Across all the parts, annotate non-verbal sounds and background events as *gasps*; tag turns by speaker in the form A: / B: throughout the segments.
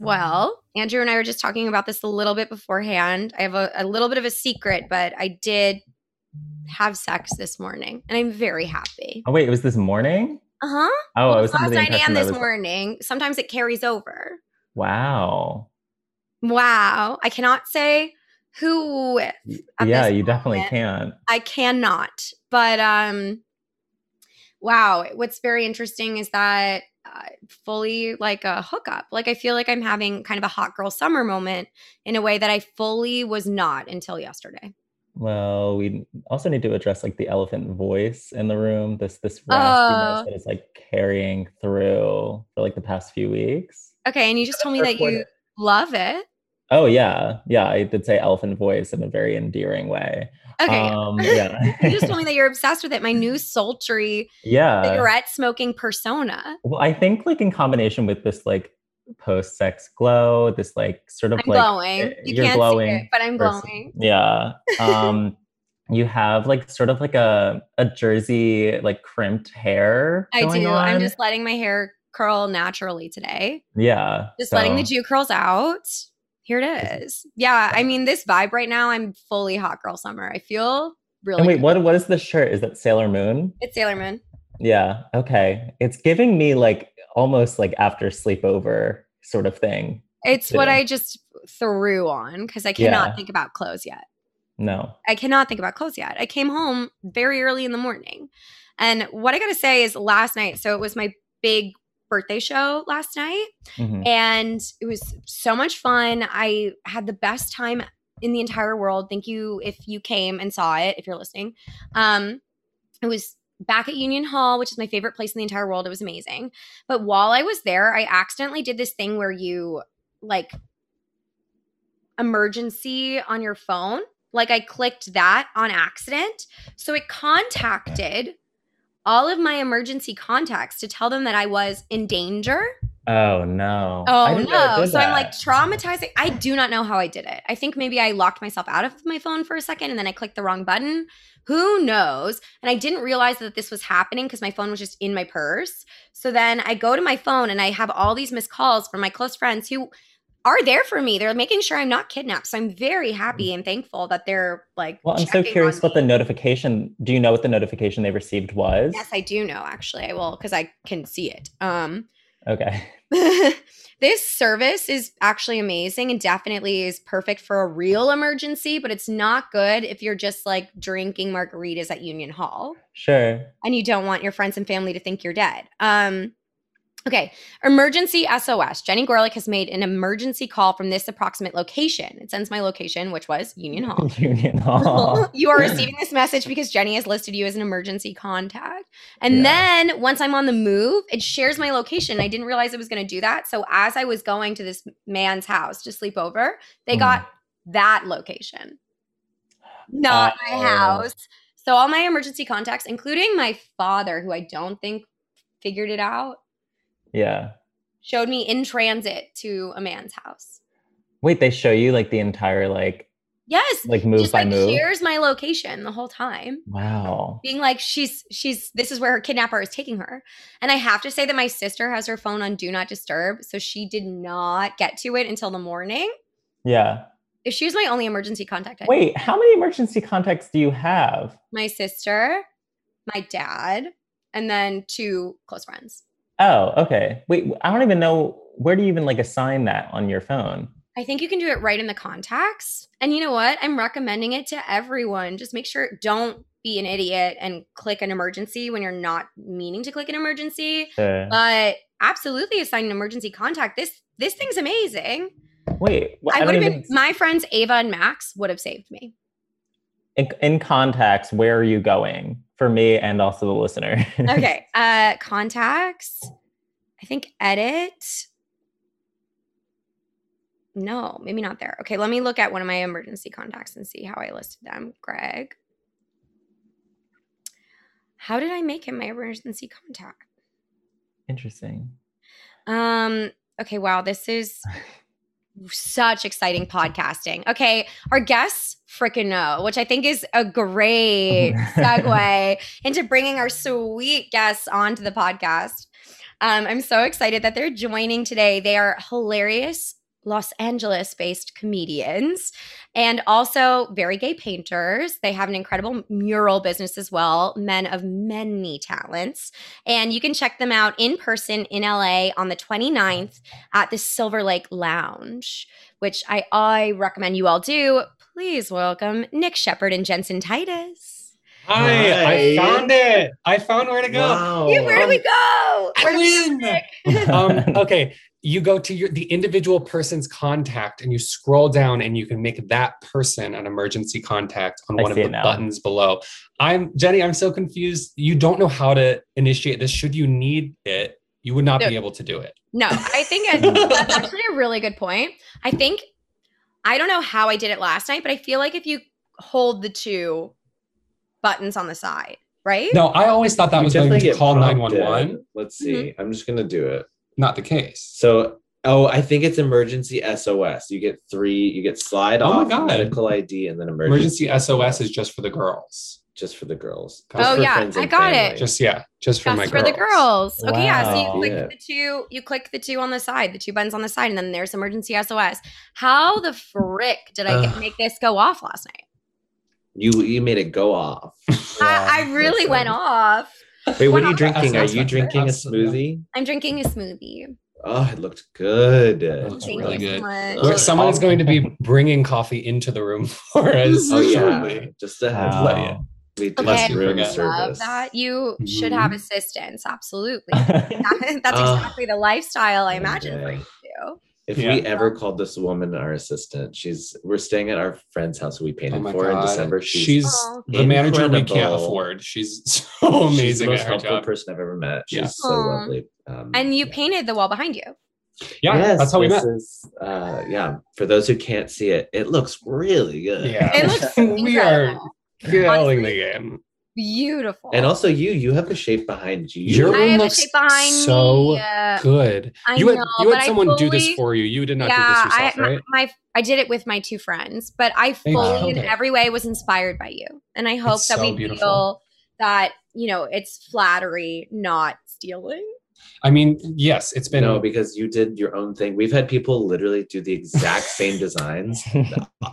A: Well, Um, Andrew and I were just talking about this a little bit beforehand. I have a, a little bit of a secret, but I did have sex this morning and I'm very happy.
B: Oh wait, it was this morning.
A: Uh huh.
B: Oh, I was
A: Last
B: under the
A: night
B: impression
A: and
B: that
A: this
B: was.
A: morning. Sometimes it carries over.
B: Wow.
A: Wow. I cannot say who with. At
B: yeah,
A: this
B: you definitely
A: moment-
B: can.
A: I cannot. But um wow, what's very interesting is that uh, fully like a hookup. Like I feel like I'm having kind of a hot girl summer moment in a way that I fully was not until yesterday.
B: Well, we also need to address like the elephant voice in the room. This this raspiness
A: Oh.
B: that is like carrying through for like the past few weeks.
A: Okay, and you just told me that you
B: Reported.
A: love it.
B: Oh yeah, yeah. I did say elephant voice in a very endearing way.
A: Okay. *laughs*
B: Um, yeah.
A: you
B: *laughs*
A: just told me that you're obsessed with it. My new sultry
B: yeah.
A: cigarette smoking persona.
B: Well, I think like in combination with this like post-sex glow, this like sort of
A: I'm
B: like
A: glowing.
B: eh,
A: You
B: you're
A: can't
B: glowing
A: see it, but I'm
B: versus-
A: glowing.
B: Yeah. Um, you have like sort of like a a jersey like crimped hair.
A: I
B: going
A: do. I'm
B: on.
A: just letting my hair curl naturally today.
B: yeah.
A: Just letting the
B: so-
A: Jew curls out. Here it is. Yeah, I mean, this vibe right now, I'm fully hot girl summer. I feel really.
B: And wait,
A: good.
B: what what is the shirt? Is that Sailor Moon?
A: It's Sailor Moon.
B: Yeah. Okay. It's giving me like almost like after sleepover sort of thing.
A: It's what
B: Yeah.
A: I just threw on because I cannot
B: Yeah.
A: think about clothes yet.
B: No.
A: I cannot think about clothes yet. I came home very early in the morning. And what I got to say is last night, so it was my big birthday show last night.
B: Mhm.
A: and it was so much fun. I had the best time in the entire world. Thank you if you came and saw it, if you're listening. Um, it was back at Union Hall, which is my favorite place in the entire world. It was amazing. But while I was there, I accidentally did this thing where you like emergency on your phone. Like I clicked that on accident. So it contacted all of my emergency contacts to tell them that I was in danger.
B: Oh no. I
A: Oh
B: didn't know it
A: no.
B: did
A: So I'm like
B: that.
A: traumatizing. I do not know how I did it. I think maybe I locked myself out of my phone for a second and then I clicked the wrong button. Who knows? And I didn't realize that this was happening because my phone was just in my purse. So then I go to my phone and I have all these missed calls from my close friends who are there for me. They're making sure I'm not kidnapped. So I'm very happy and thankful that they're like
B: Well, I'm so
A: checking on
B: curious what
A: me.
B: the notification. Do you know what the notification they received was?
A: Yes, I do know actually. I will because I can see it. Um
B: Okay. *laughs*
A: *laughs* this service is actually amazing and definitely is perfect for a real emergency, but it's not good if you're just like drinking margaritas at Union Hall
B: Sure. *laughs*
A: and you don't want your friends and family to think you're dead. Um, okay, emergency SOS. Jenny Gorlick has made an emergency call from this approximate location. It sends my location, which was Union
B: Mm-hmm.
A: Hall. *laughs*
B: Union Hall.
A: you are receiving this message because Jenny has listed you as an emergency contact. And
B: Yeah.
A: then once I'm on the move, it shares my location. I didn't realize it was going to do that. So as I was going to this man's house to sleep over, they
B: Mhm.
A: got that location, not
B: Oh.
A: my house. So all my emergency contacts, including my father, who I don't think figured it out,
B: Yeah.
A: showed me in transit to a man's house.
B: Wait, they show you like the entire like
A: Yes.
B: like move
A: just
B: by
A: like
B: move.
A: here's my location the whole time.
B: Wow.
A: being like she's she's this is where her kidnapper is taking her and i have to say that my sister has her phone on do not disturb so she did not get to it until the morning
B: Yeah.
A: if she was my only emergency contact I-
B: Wait, how many emergency contacts do you have?
A: my sister my dad and then two close friends
B: Oh, okay. Wait, I don't even know where do you even like assign that on your phone?
A: i think you can do it right in the contacts and you know what i'm recommending it to everyone just make sure don't be an idiot and click an emergency when you're not meaning to click an emergency
B: Sure.
A: but absolutely assign an emergency contact this this thing's amazing
B: Wait, wh- I,
A: Uh, I
B: don't
A: would have
B: even.
A: been my friends Ava and Max would have saved me.
B: in, in contacts, where are you going for me and also the listener?
A: Okay. Uh contacts. I think edit. No, maybe not there. Okay, let me look at one of my emergency contacts and see how I listed them. Greg. How did I make him my emergency contact?
B: *laughs*
A: *laughs*
B: Interesting.
A: Um, okay, wow, this is such exciting podcasting. Okay, our guests freaking know, which I think is a great segue into bringing our sweet guests onto the podcast. Um, I'm so excited that they're joining today. They are hilarious Los Angeles based comedians and also very gay painters. They have an incredible mural business as well, men of many talents. And you can check them out in person in LA on the 29th at the Silver Lake Lounge, which I, I recommend you all do. Please welcome Nick Shepard and Jensen Titus.
C: Hi, I
D: Nice.
C: found it. I found where to go.
D: Wow.
A: Yeah, where do we go?
C: I
A: Where do we
C: win.
A: Nick?
B: *laughs*
C: um, okay, you go to your the individual person's contact and you scroll down and you can make that person an emergency contact on
B: I
C: one of
B: see it
C: the
B: now.
C: buttons below. I'm Jenny, I'm so confused. You don't know how to initiate this. Should you need it, you would not
A: No.
C: be able to do it.
A: No, I think I- that's actually a really good point. I think I don't know how I did it last night, but I feel like if you hold the two buttons on the side, right?
C: No, I always thought that
D: You
C: was going
D: definitely
C: to
D: get
C: call
D: prompted.
C: 911.
D: Let's see.
A: Mm-hmm.
D: I'm just gonna do it.
C: Not the case.
D: So, oh, I think it's emergency SOS. You get three. You get slide
C: Oh my
D: off
C: God.
D: medical ID and then emergency,
C: Emergency SOS is just for the girls.
D: just for the girls.
C: Oh,
D: Just for
A: yeah,
D: friends
A: I
D: and
A: got it.
D: family.
C: Just yeah, just for my
A: Just for the girls. Okay, yeah. So you
B: Wow.
A: click
D: Yeah.
A: the two, you click the two on the side, the two buttons on the side, and then there's emergency SOS. How the frick did I get,
D: Ugh.
A: make this go off last night?
D: you you made it
C: *laughs*
D: go off.
A: I, I really
D: makes
A: went
D: sense.
A: off.
D: Wait, what
A: Wow.
D: are you drinking? Are
C: That's
D: you
C: not fair.
D: drinking a
C: Absolutely
D: smoothie?
A: I'm drinking a smoothie.
D: Oh, it looked good.
C: That's
A: Thank
C: really
A: you
C: good.
A: so much.
D: Where-
C: Where someone is going to be
D: *laughs*
C: bringing coffee into the room *laughs* for us.
D: Oh yeah,
C: shortly.
D: just to have
B: Wow.
D: we did
A: Okay.
D: room
C: Love
A: Love
D: service.
A: that. You should have assistance. Absolutely. *laughs*
B: *laughs*
A: That's
D: Uh,
A: exactly the lifestyle I imagine for
D: okay.
A: you. two.
D: If
C: Yeah.
D: we ever called this woman our assistant, she's we're staying at our friend's house we
C: Oh
D: painted
C: my
D: for in
C: God.
D: December. She's,
C: She's
A: Aw.
C: the manager we can't
D: incredible.
C: afford. She's *laughs* so
D: she's
C: amazing
D: the most
C: at her
D: helpful
C: job.
D: person I've ever met. She's
C: Yeah.
D: so
A: Aw.
D: lovely. Um,
A: And you
D: yeah.
A: painted the wall behind you.
C: Yeah,
D: Yes,
C: that's how we
D: this
C: met.
D: is, uh, yeah, for those who can't see it, it looks really good.
C: Yeah. *laughs*
A: It looks
C: we are
A: incredible.
C: killing the game.
A: beautiful.
D: And also, you you have a shape behind you.
C: Your
A: I have a
C: looks
A: shape behind
C: so
A: me. Uh,
C: Good.
A: I
C: you had
A: know,
C: you
A: but
C: had
A: I
C: someone do this
A: fully-
C: for you. You did not
A: yeah,
C: do this yourself,
A: I,
C: right?
A: my, my I did it with my two friends, but I
C: They
A: fully
C: killed
A: in
C: it.
A: every way was inspired by you. And I hope
C: It's
A: that
C: so
A: we
C: beautiful.
A: feel that, you know, it's flattery, not stealing.
C: I mean, yes, it's been
D: no, because you did your own thing. We've had people literally do the exact same
C: *laughs*
D: designs,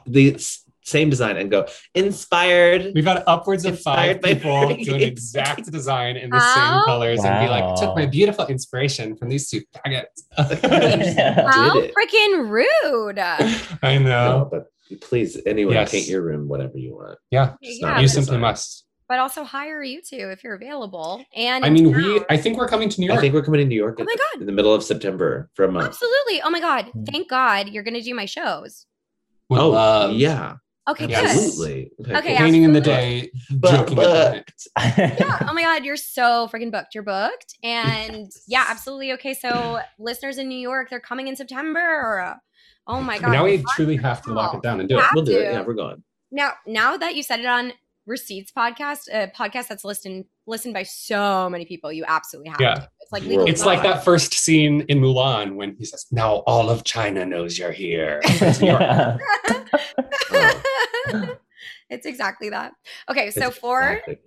D: the s- same design, and go inspired.
C: *laughs* we've had upwards of five
D: Inspired by-
C: people do an exact design in the
A: Wow.
C: same colors and be like, took
B: Wow.
C: my beautiful inspiration from these two
D: *laughs*
C: faggots. *laughs*
B: Yeah.
A: How
D: it.
A: freaking rude.
C: I know.
D: No, but please, anyone,
C: Yes.
D: paint your room whatever you want.
C: Yeah.
D: It's
A: Yeah,
D: not
C: You
D: a
A: but-
C: simply
D: design.
C: must.
A: but also hire you two if you're available. And
C: I
A: in
C: mean,
A: town.
C: we. I think we're coming to New York.
D: I think we're coming to New York
A: Oh
D: in-
A: my God.
D: in the middle of September for a month.
A: absolutely. Oh my god!
B: Mm.
A: Thank God you're gonna do my shows.
C: Would
D: oh,
C: love
D: yeah,
A: Okay,
C: Yes.
A: good.
D: absolutely.
A: Okay,
D: cool.
C: Um, painting in the
D: absolutely.
C: day,
D: But-
C: joking
D: but-
C: about
B: *laughs*
C: it.
A: Yeah. *laughs* Oh my god, you're so freaking booked. You're booked, and yeah, absolutely. Okay, so listeners in New York, they're coming in September. Oh my god!
C: now we
A: Fuck.
C: truly have to lock it down and do it.
A: Have
D: We'll do
A: to.
D: it. Yeah, we're
A: *laughs*
D: going.
A: Now, now that you said it on Receipts podcast, a podcast that's listened listened by so many people, you absolutely have.
C: Yeah.
A: to. It's like legal.
C: It's like that first scene in Mulan when he says, "Now all of China knows you're *laughs* here."
D: *laughs*
B: Yeah.
D: Oh,
A: *laughs* it's exactly that. Okay, so
D: it's
A: for
D: exactly-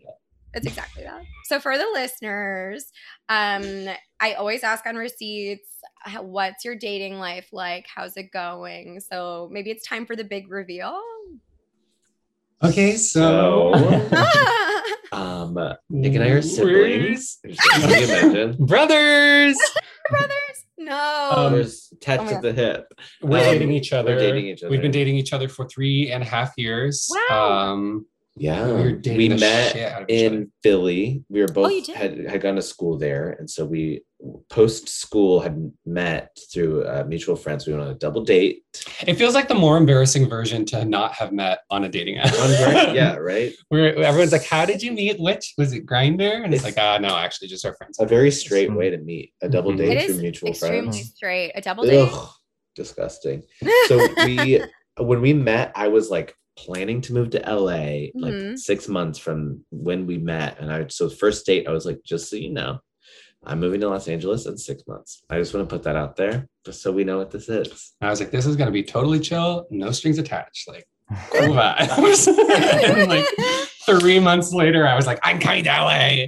A: That's exactly that. So for the listeners, um, I always ask on receipts, "How- what's your dating life like? How's it going? So maybe it's time for the big reveal.
C: Okay,
D: So,
A: Brothers!
D: um, Nick and I are siblings.
A: *laughs*
D: Can
C: We're-
D: you
A: Um,
D: imagine? *laughs*
C: brothers.
A: No.
C: Um,
D: There's
A: oh
D: tats
A: my
D: at the hip.
C: We're
D: Um,
C: dating each
D: we're
C: other.
D: dating each
C: We've
D: other.
C: been dating each other for three and a half years.
A: Wow.
C: Um,
D: Yeah.
C: We were dating
D: We
C: the
D: met
C: shit out of each other.
D: in Philly. We were both
A: Oh, you did?
D: had, had gone to school there, and so we post school had met through uh, mutual friends. We went on a
A: *laughs*
D: double date.
C: It feels like the more embarrassing version to not have met on a dating app.
D: On
C: *laughs*
D: Grindr, yeah, right.
C: Where everyone's like, "How did you meet? Which was it? Grinder?" And it's like, "Ah, no, actually, just our friends."
D: A very straight way to meet a double
C: Mhm.
D: date
A: It
D: through
A: is
D: mutual
A: extremely
D: friends.
A: straight. A double date.
D: Ugh, disgusting. So
A: *laughs*
D: we *laughs* when we met, I was like planning to move to LA like
A: Mhm.
D: six months from when we met, and I so first date I was like, just so you know. I'm moving to Los Angeles in six months. I just want to put that out there, just so we know what this is.
C: And I was like, "This is gonna be totally chill, no strings attached." Like. Cool vibes. *laughs* And, like three months later, I was like, I'm coming
A: *laughs*
C: to LA.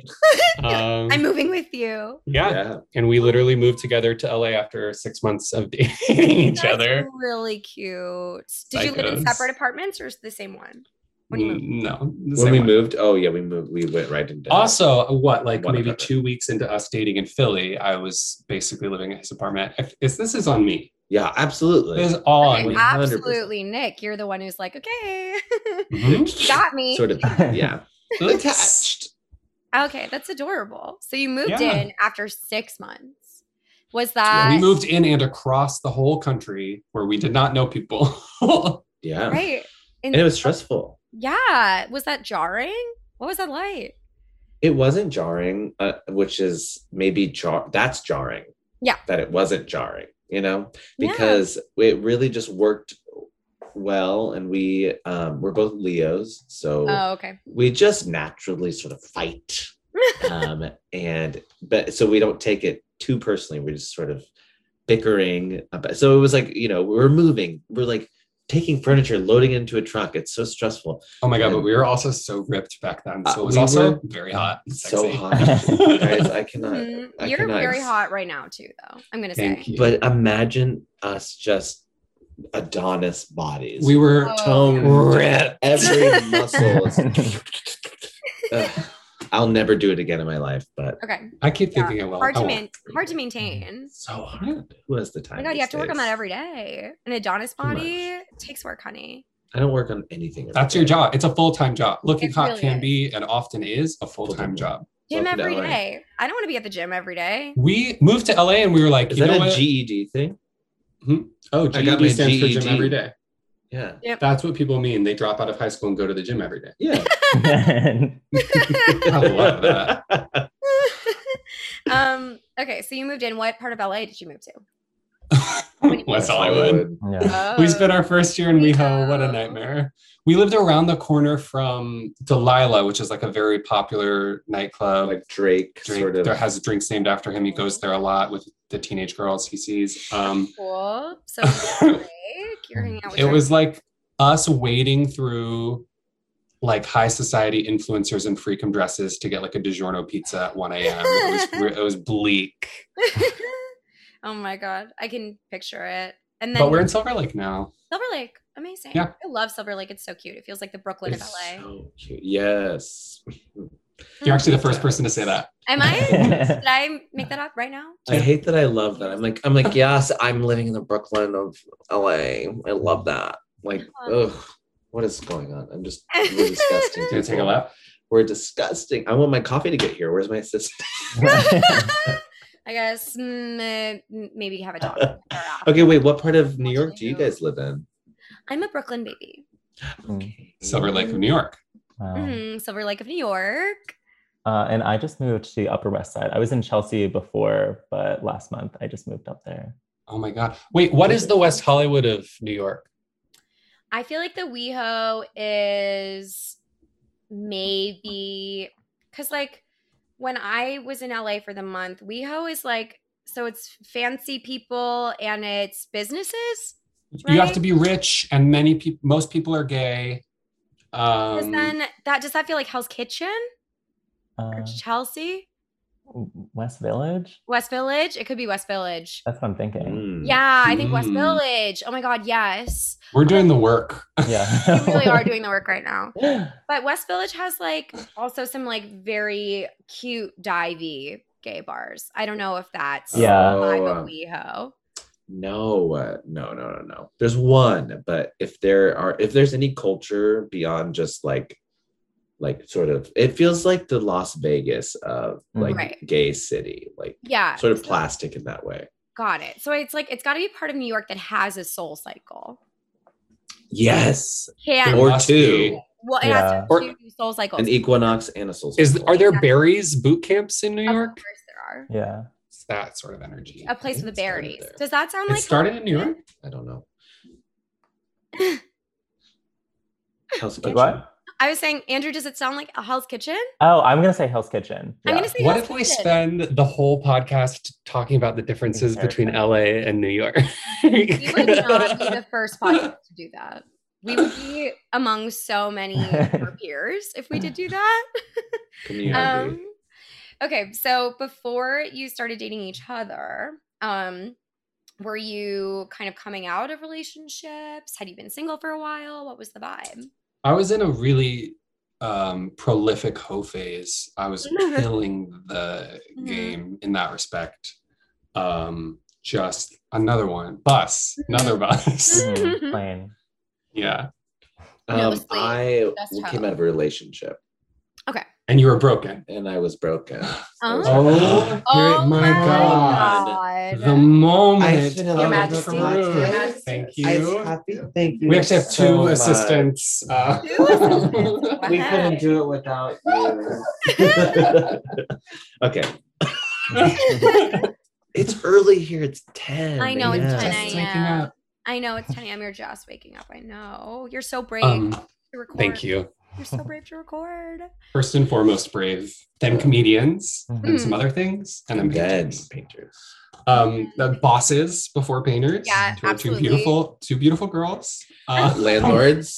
C: Um,
A: I'm moving with you.
C: yeah. And we literally moved together to LA after six months of *laughs* dating each
A: That's
C: other.
A: Really cute. Did you live in
C: Psychos.
A: separate apartments or is it the same one? When you moved?
C: Mm, No. the
D: when
C: same
D: we
C: one.
D: moved oh yeah we moved we went right into
C: Also, what like
D: One
C: maybe
D: apartment.
C: two weeks into us dating in Philly, I was basically living in his apartment. If, is this is on me?
D: yeah absolutely
C: This is all on
A: Okay, uh,
C: me.
D: yeah. 100%.
A: absolutely, Nick. You're the one who's like, okay,
C: Mhm.
A: you *laughs* got me.
D: sort
B: *laughs*
D: of yeah
C: Attached.
A: Okay, that's adorable. So you moved
C: Yeah.
A: in after six months. Was
C: we
A: that
C: moved in and across the whole country where we did not know people. *laughs* Oh it
D: yeah
A: right? In-
D: and it was stressful
A: Yeah. Was that jarring? What was that like?
D: it wasn't jarring uh, which is maybe jar that's jarring
A: Yeah.
D: that it wasn't jarring you know
A: Yeah.
D: because it really just worked well and we um we're both leos so
A: Oh, okay.
D: we just naturally sort of
A: *laughs*
D: fight um and but so we don't take it too personally we're just sort of bickering about so it was like you know we're moving we're like taking furniture loading into a truck it's so stressful
C: Oh my god! But we were also so ripped back then, so
D: Uh,
C: it was
D: we
C: also
D: were
C: very hot. and
D: so
C: sexy.
D: hot guys
A: *laughs*
D: i cannot
A: Mhm.
D: I
A: You're
D: cannot
A: very
D: ex-
A: hot right now, too, though. I'm gonna
C: Thank
A: say.
C: you.
D: but imagine us just adonis bodies
C: we were
A: Oh.
D: tone
C: ripped.
A: *laughs*
D: every muscle is- Ugh. i'll never do it again in my life but
A: Okay.
C: I keep
A: Yeah.
C: thinking oh, it will.
A: Hard
C: I
A: to
C: won't.
A: man- hard to maintain.
D: so hard who has the
A: Oh
D: time
A: my god, you
D: these
A: have to work on
D: days?
A: that every day. An Adonis
D: much.
A: body takes work, honey.
D: i don't work on anything every
C: That's your
D: day.
C: job. It's a full time job. Looking
A: It
C: hot
A: really
C: can
A: is.
C: be and often is a full time
D: Full-time.
C: job.
A: Gym
D: Welcome to
A: every
D: LA.
A: day. I don't want to be at the gym every day. *laughs*
C: We moved to LA and we were like,
D: Is
C: you
D: that
C: know
D: a
C: what?
D: GED thing?
C: oh,
D: got
C: GED
D: my E
C: stands for
D: GED.
C: gym every day.
D: Yeah.
C: *laughs* That's what people mean. They drop out of high school and go to the gym every day.
D: Yeah.
B: *laughs*
C: I love that. *laughs*
A: um, okay, so you moved in. What part of LA did you move to? When you-
C: West Hollywood.
B: yeah.
C: We spent our first year in WeHo. What
A: Weho.
C: a nightmare. We lived around the corner from Delilah, which is like a very popular nightclub.
D: Like Drake,
C: drink,
D: sort of.
C: there has drinks named after him. He goes there a lot with the teenage girls he sees. Um,
A: cool.
C: *laughs*
A: So Drake, you're hanging out with
C: it
A: Drake.
C: was like us wading through like high society influencers in freakum dresses to get like a DiGiorno pizza at 1 a.m. It was, re- it was bleak.
A: *laughs* oh my god, I can picture it. And then
C: But we're in Silver Lake now.
A: Silver Lake, amazing.
C: Yeah.
A: I love Silver Lake. It's so cute. It feels like the Brooklyn
D: It's
A: of LA.
D: so cute. Yes.
C: You're actually the first person to say that.
A: Am I? *laughs*
C: *laughs*
A: Did I make that up right now? *laughs*
D: I hate that I love that. I'm like, I'm like, yes, I'm living in the Brooklyn of LA. I love that. Like,
A: Um.
D: ugh, what is going on? I'm *laughs* just we're disgusting.
C: Do you take a
D: people.
C: lap?
D: We're disgusting. I want my coffee to get here. Where's my *laughs* assistant?
A: I guess mm, m- maybe have a
C: *laughs*
A: dog. or a-
D: Okay, wait, what part of New York do you guys live in?
A: I'm a Brooklyn baby.
D: Okay.
C: Silver Lake of New York.
B: *laughs*
C: Oh.
B: Wow.
A: Mhm, Silver Lake of New York.
B: Uh, and I just moved to the Upper West Side. I was in Chelsea before, but last month I just moved up there.
C: Oh my God. Wait, what is the West Hollywood of New York?
A: I feel like the WeHo is maybe because like when I was in LA for the month, WeHo is like so it's fancy people and it's businesses.
C: You have
A: Right.
C: to be rich, and many people, most people are gay.
A: 'Cause
C: Um,
A: then that does that feel like Hell's Kitchen or
B: Uh,
A: Chelsea,
B: West Village?
A: West Village? It could be West Village.
B: That's what I'm thinking.
D: Mm. *gasps*
A: Yeah, I think West
C: Mm.
A: Village. Oh my God,
C: *laughs*
A: yes.
C: we're doing the work.
A: You
B: Yeah.
A: really
B: *laughs*
A: are doing the work right now.
B: doing.
A: But West Village has like also some like very cute divey gay bars. I don't know if that's
B: Yeah.
A: the vibe
D: Oh,
A: of
D: um,
A: WeHo.
D: No, uh, no, no, no, no. There's one, but if there are, if there's any culture beyond just like like sort of it feels like the Las Vegas of like
A: Right.
D: gay city, like
A: Yeah.
D: sort of plastic in that way.
A: Got it. So it's like it's got to be part of New York that has a soul cycle.
D: Yes.
A: Can
D: Or
C: must
D: two.
C: be.
A: well, it
B: Yeah.
A: has to
C: Or-
A: have two soul cycles.
D: An equinox and a soul.
C: Is
D: cycle.
C: are there berries boot camps in New
A: of
C: York?
A: course there are.
B: Yeah.
C: It's that sort of energy.
A: Uh-huh. A place with the
D: It started
A: berries.
D: there.
A: Does that sound
C: It
A: like
C: started in New York.
D: I don't
A: *laughs*
D: know. Hell's Kitchen.
B: What?
A: I was saying, Andrew, does it sound like a Hell's
D: *laughs*
A: Kitchen?
B: Oh, I'm gonna say
A: *laughs*
B: Hell's Kitchen.
A: I'm
B: Yeah.
A: gonna say
C: What
A: Hell's
C: if we
A: Kitchen.
C: spend the whole podcast talking about the differences between LA and New York?
A: We would not be the first podcast to do that. We would be among so
D: *laughs*
A: many of our peers if we did do that.
D: Community.
A: Um, okay, so before you started dating each other, um, were you kind of coming out of relationships? Had you been single for a while? What was the vibe?
C: *laughs* I was in a really um, prolific hoe phase. I
A: *laughs*
C: was killing the
A: Mhm.
C: game in that respect. Um, just another one, bus,
A: Mm-hmm.
C: another bus.
B: Mhm, Plain.
C: *laughs* yeah,
D: Um,
A: mostly
D: I
A: just
D: w-
A: how-
D: came out of a relationship
C: and you were broken.
D: and I
C: *laughs*
D: was broken.
A: Oh.
C: here- my God. The moment.
D: been
C: of
A: Your Majesty,
C: truth.
A: Your Majesty.
C: Thank
D: I
C: you.
D: was happy. Thank you.
C: We actually have two
D: so much.
C: assistants. Uh, *laughs*
A: Two assistants.
D: We
A: Wow.
D: couldn't do
A: *laughs*
D: it without you. *laughs* okay. *laughs* It's early here. It's 10.
A: I uh, know, it's
D: a.m.
A: 10
C: Just
A: a.m.
C: waking up.
A: I know it's 10 a.m. You're just waking up. I know. You're so brave
C: Um,
A: to record.
C: thank you.
A: You're so brave to record.
C: First and foremost, brave. Then comedians and some
A: Mm.
C: other things, and then
D: And then
C: painters.
D: painters.
C: Um, the bosses before painters.
A: Yeah,
C: who are two
A: absolutely.
C: beautiful, two beautiful girls. Uh,
D: *laughs*
A: *laughs*
C: *laughs*
D: Landlords.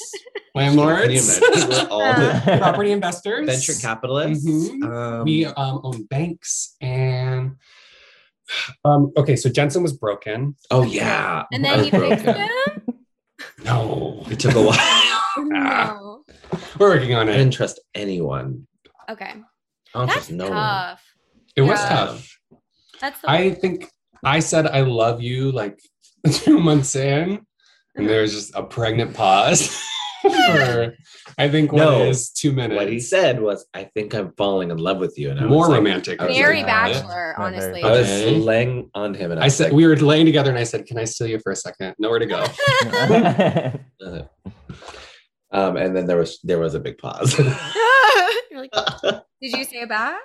D: Can you
C: landlords, *laughs*
D: imagine? We're
A: *laughs*
D: all
A: Uh,
B: Mm-hmm.
C: property investors,
D: venture capitalists.
C: Mhm.
D: Um,
C: we um, own banks and. Um, okay, so Jensen was broken.
D: oh, yeah.
A: And
D: I
A: then
D: was
A: you fixed
D: broken.
A: them?
C: No,
D: It took a while. *laughs*
C: Ah.
A: No.
C: we're working on
D: I
C: it.
D: didn't trust anyone.
A: Okay.
D: I don't
A: That's
D: trust no one.
A: tough.
C: It was
A: Yeah.
C: tough.
A: That's the
C: I think I said I love you like *laughs* two months in, and there was just a pregnant pause *laughs* for I think what
D: No.
C: is two
D: What he
C: minutes.
D: said was, I think I'm falling in love with you. And I
C: More
D: was like,
C: romantic.
D: I was
A: Mary
D: like,
A: Bachelor,
B: no, very
A: honestly.
D: I was
C: Okay.
D: laying on him. And I,
C: I
D: was
C: said
D: like,
C: we were laying together, and I said, "Can I steal you for a second? Nowhere to
D: *laughs*
C: go."
D: uh, um, and then there was there was a big pause. *laughs*
A: You're like,
D: I
A: did you say it back?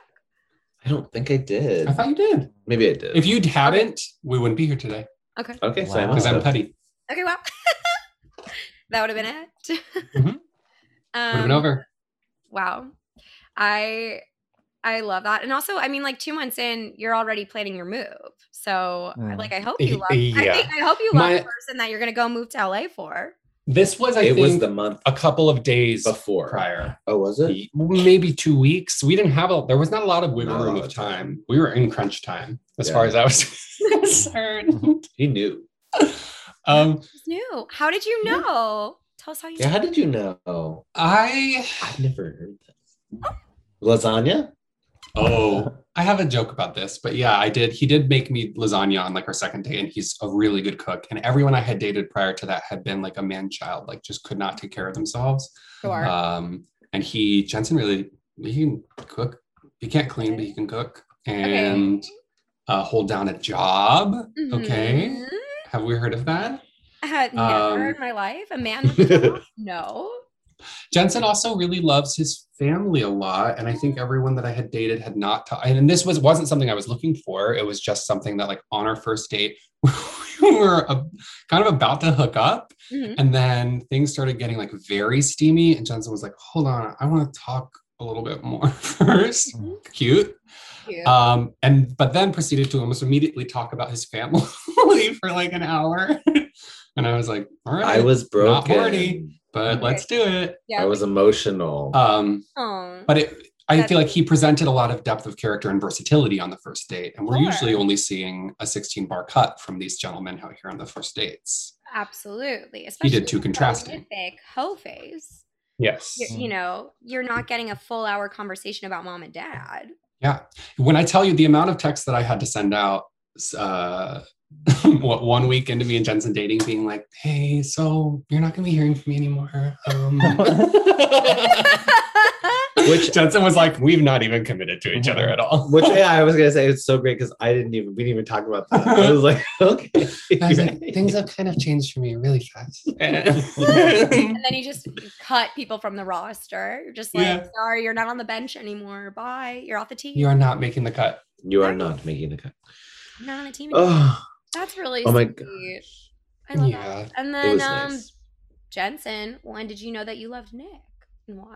D: don't think I did.
C: I thought you did.
D: Maybe I did.
C: If you hadn't, we wouldn't be here today
A: Okay.
D: okay, so I
B: Wow.
D: must
C: because I'm
D: have.
C: petty.
A: Okay, well. *laughs* that would have been it. *laughs*
C: Mhm. Would have
A: Um,
C: been over.
A: Wow. I I love that. And also, I mean, like two months in, you're already planning your move. So I-
B: Mm.
A: like I hope you
C: Y-
A: love I, think, I hope you love
C: My-
A: the person that you're gonna go move to LA for.
C: This was, I
D: It
C: think,
D: was the month
C: a couple of days
D: before.
C: prior.
D: Oh, was it?
C: Y- Maybe two weeks. We didn't have a. There was not a lot of wiggle
D: Not a
C: room
D: lot
C: of
D: of time.
C: time. We were in crunch time, as
D: Yeah.
C: far as I was *laughs*
D: *laughs*
C: concerned.
D: He knew.
C: Um,
A: Who's new? How did you know? Tell us how you
D: Yeah.
A: know.
D: How did you know?
C: I
D: I've never heard this. Lasagna.
C: oh, I have a joke about this, but yeah, I did. He did make me lasagna on like our second date, and he's a really good cook. And everyone I had dated prior to that had been like a man child, like just could not take care of themselves.
A: Sure.
C: Um, and he Jensen really he can cook. He can't clean, but he can cook and uh, hold down a job. okay.
A: Mhm.
C: Have we heard of that?
A: I had never
C: Um,
A: in my life. A man with
C: *laughs*
A: a dog? No.
C: Jensen also really loves his family a lot, and I think everyone that I had dated had not. Ta- and this was wasn't something I was looking for. It was just something that, like, on our first date, *laughs* we were uh, kind of about to hook up,
A: Mhm.
C: and then things started getting like very steamy. And Jensen was like, "Hold on, I want to talk a little bit more *laughs* first. Cute.
A: Cute.
C: Um, and but then proceeded to almost immediately talk about his family *laughs* for like an hour. *laughs* and I was like, "All right,
D: I was broken.
C: horny. but let's do it."
A: yeah.
D: I was emotional.
C: Um,
A: oh.
C: but it, I
A: That's-
C: feel like he presented a lot of depth of character and versatility on the first date, and we're
A: Sure.
C: usually only seeing a 16 bar cut from these gentlemen out here on the first dates.
A: Absolutely.
C: He
A: Especially
C: did two
A: with a
C: contrasting.
A: prolific hoe phase.
C: Yes.
A: You're-
D: Mm.
A: You know, you're not getting a full hour conversation about mom and dad.
C: Yeah. When I tell you the amount of texts that I had to send out, uh, *laughs* what one week into me and Jensen dating, being like, "Hey,
D: *laughs*
C: so you're not gonna be hearing from me anymore." Um,
D: Which-
C: Jensen was like, we've not even committed to each other at all. *laughs*
D: Which yeah, I was gonna say it's so great because I didn't even we didn't even talk about
C: *laughs*
D: that. I was like, *laughs* okay,
C: I was
D: *laughs*
C: like, things have kind of changed for me really fast. *laughs* yeah.
A: And then you just cut people from the roster. You're just like,
C: Yeah.
A: sorry, you're not on the bench anymore. Bye. You're off the team.
C: You
A: You're
C: are not making the cut.
D: you are not making the cut.
A: not on the team anymore.
D: Oh,
A: That's really
D: Oh my
A: sweet. I love
C: Yeah,
A: that. And
D: it
A: then
D: was
A: um
D: nice.
A: Jensen, when did you know that you loved Nick? And why?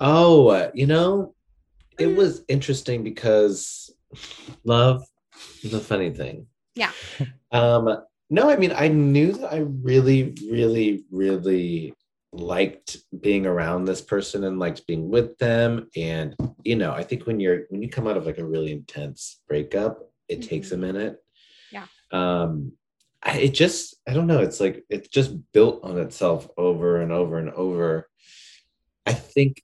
D: Oh, uh, you know, it
A: Mm.
D: was interesting because love is a funny thing.
A: Yeah.
D: *laughs* Um, no, I mean, I knew that I really, really, really liked being around this person and liked being with them. And, you know, I think when you're when you come out of like a really intense breakup, it takes a minute.
A: Mm-hmm. Yeah.
D: Um, I, it just, I don't know, it's like it's just built on itself over and over and over. I think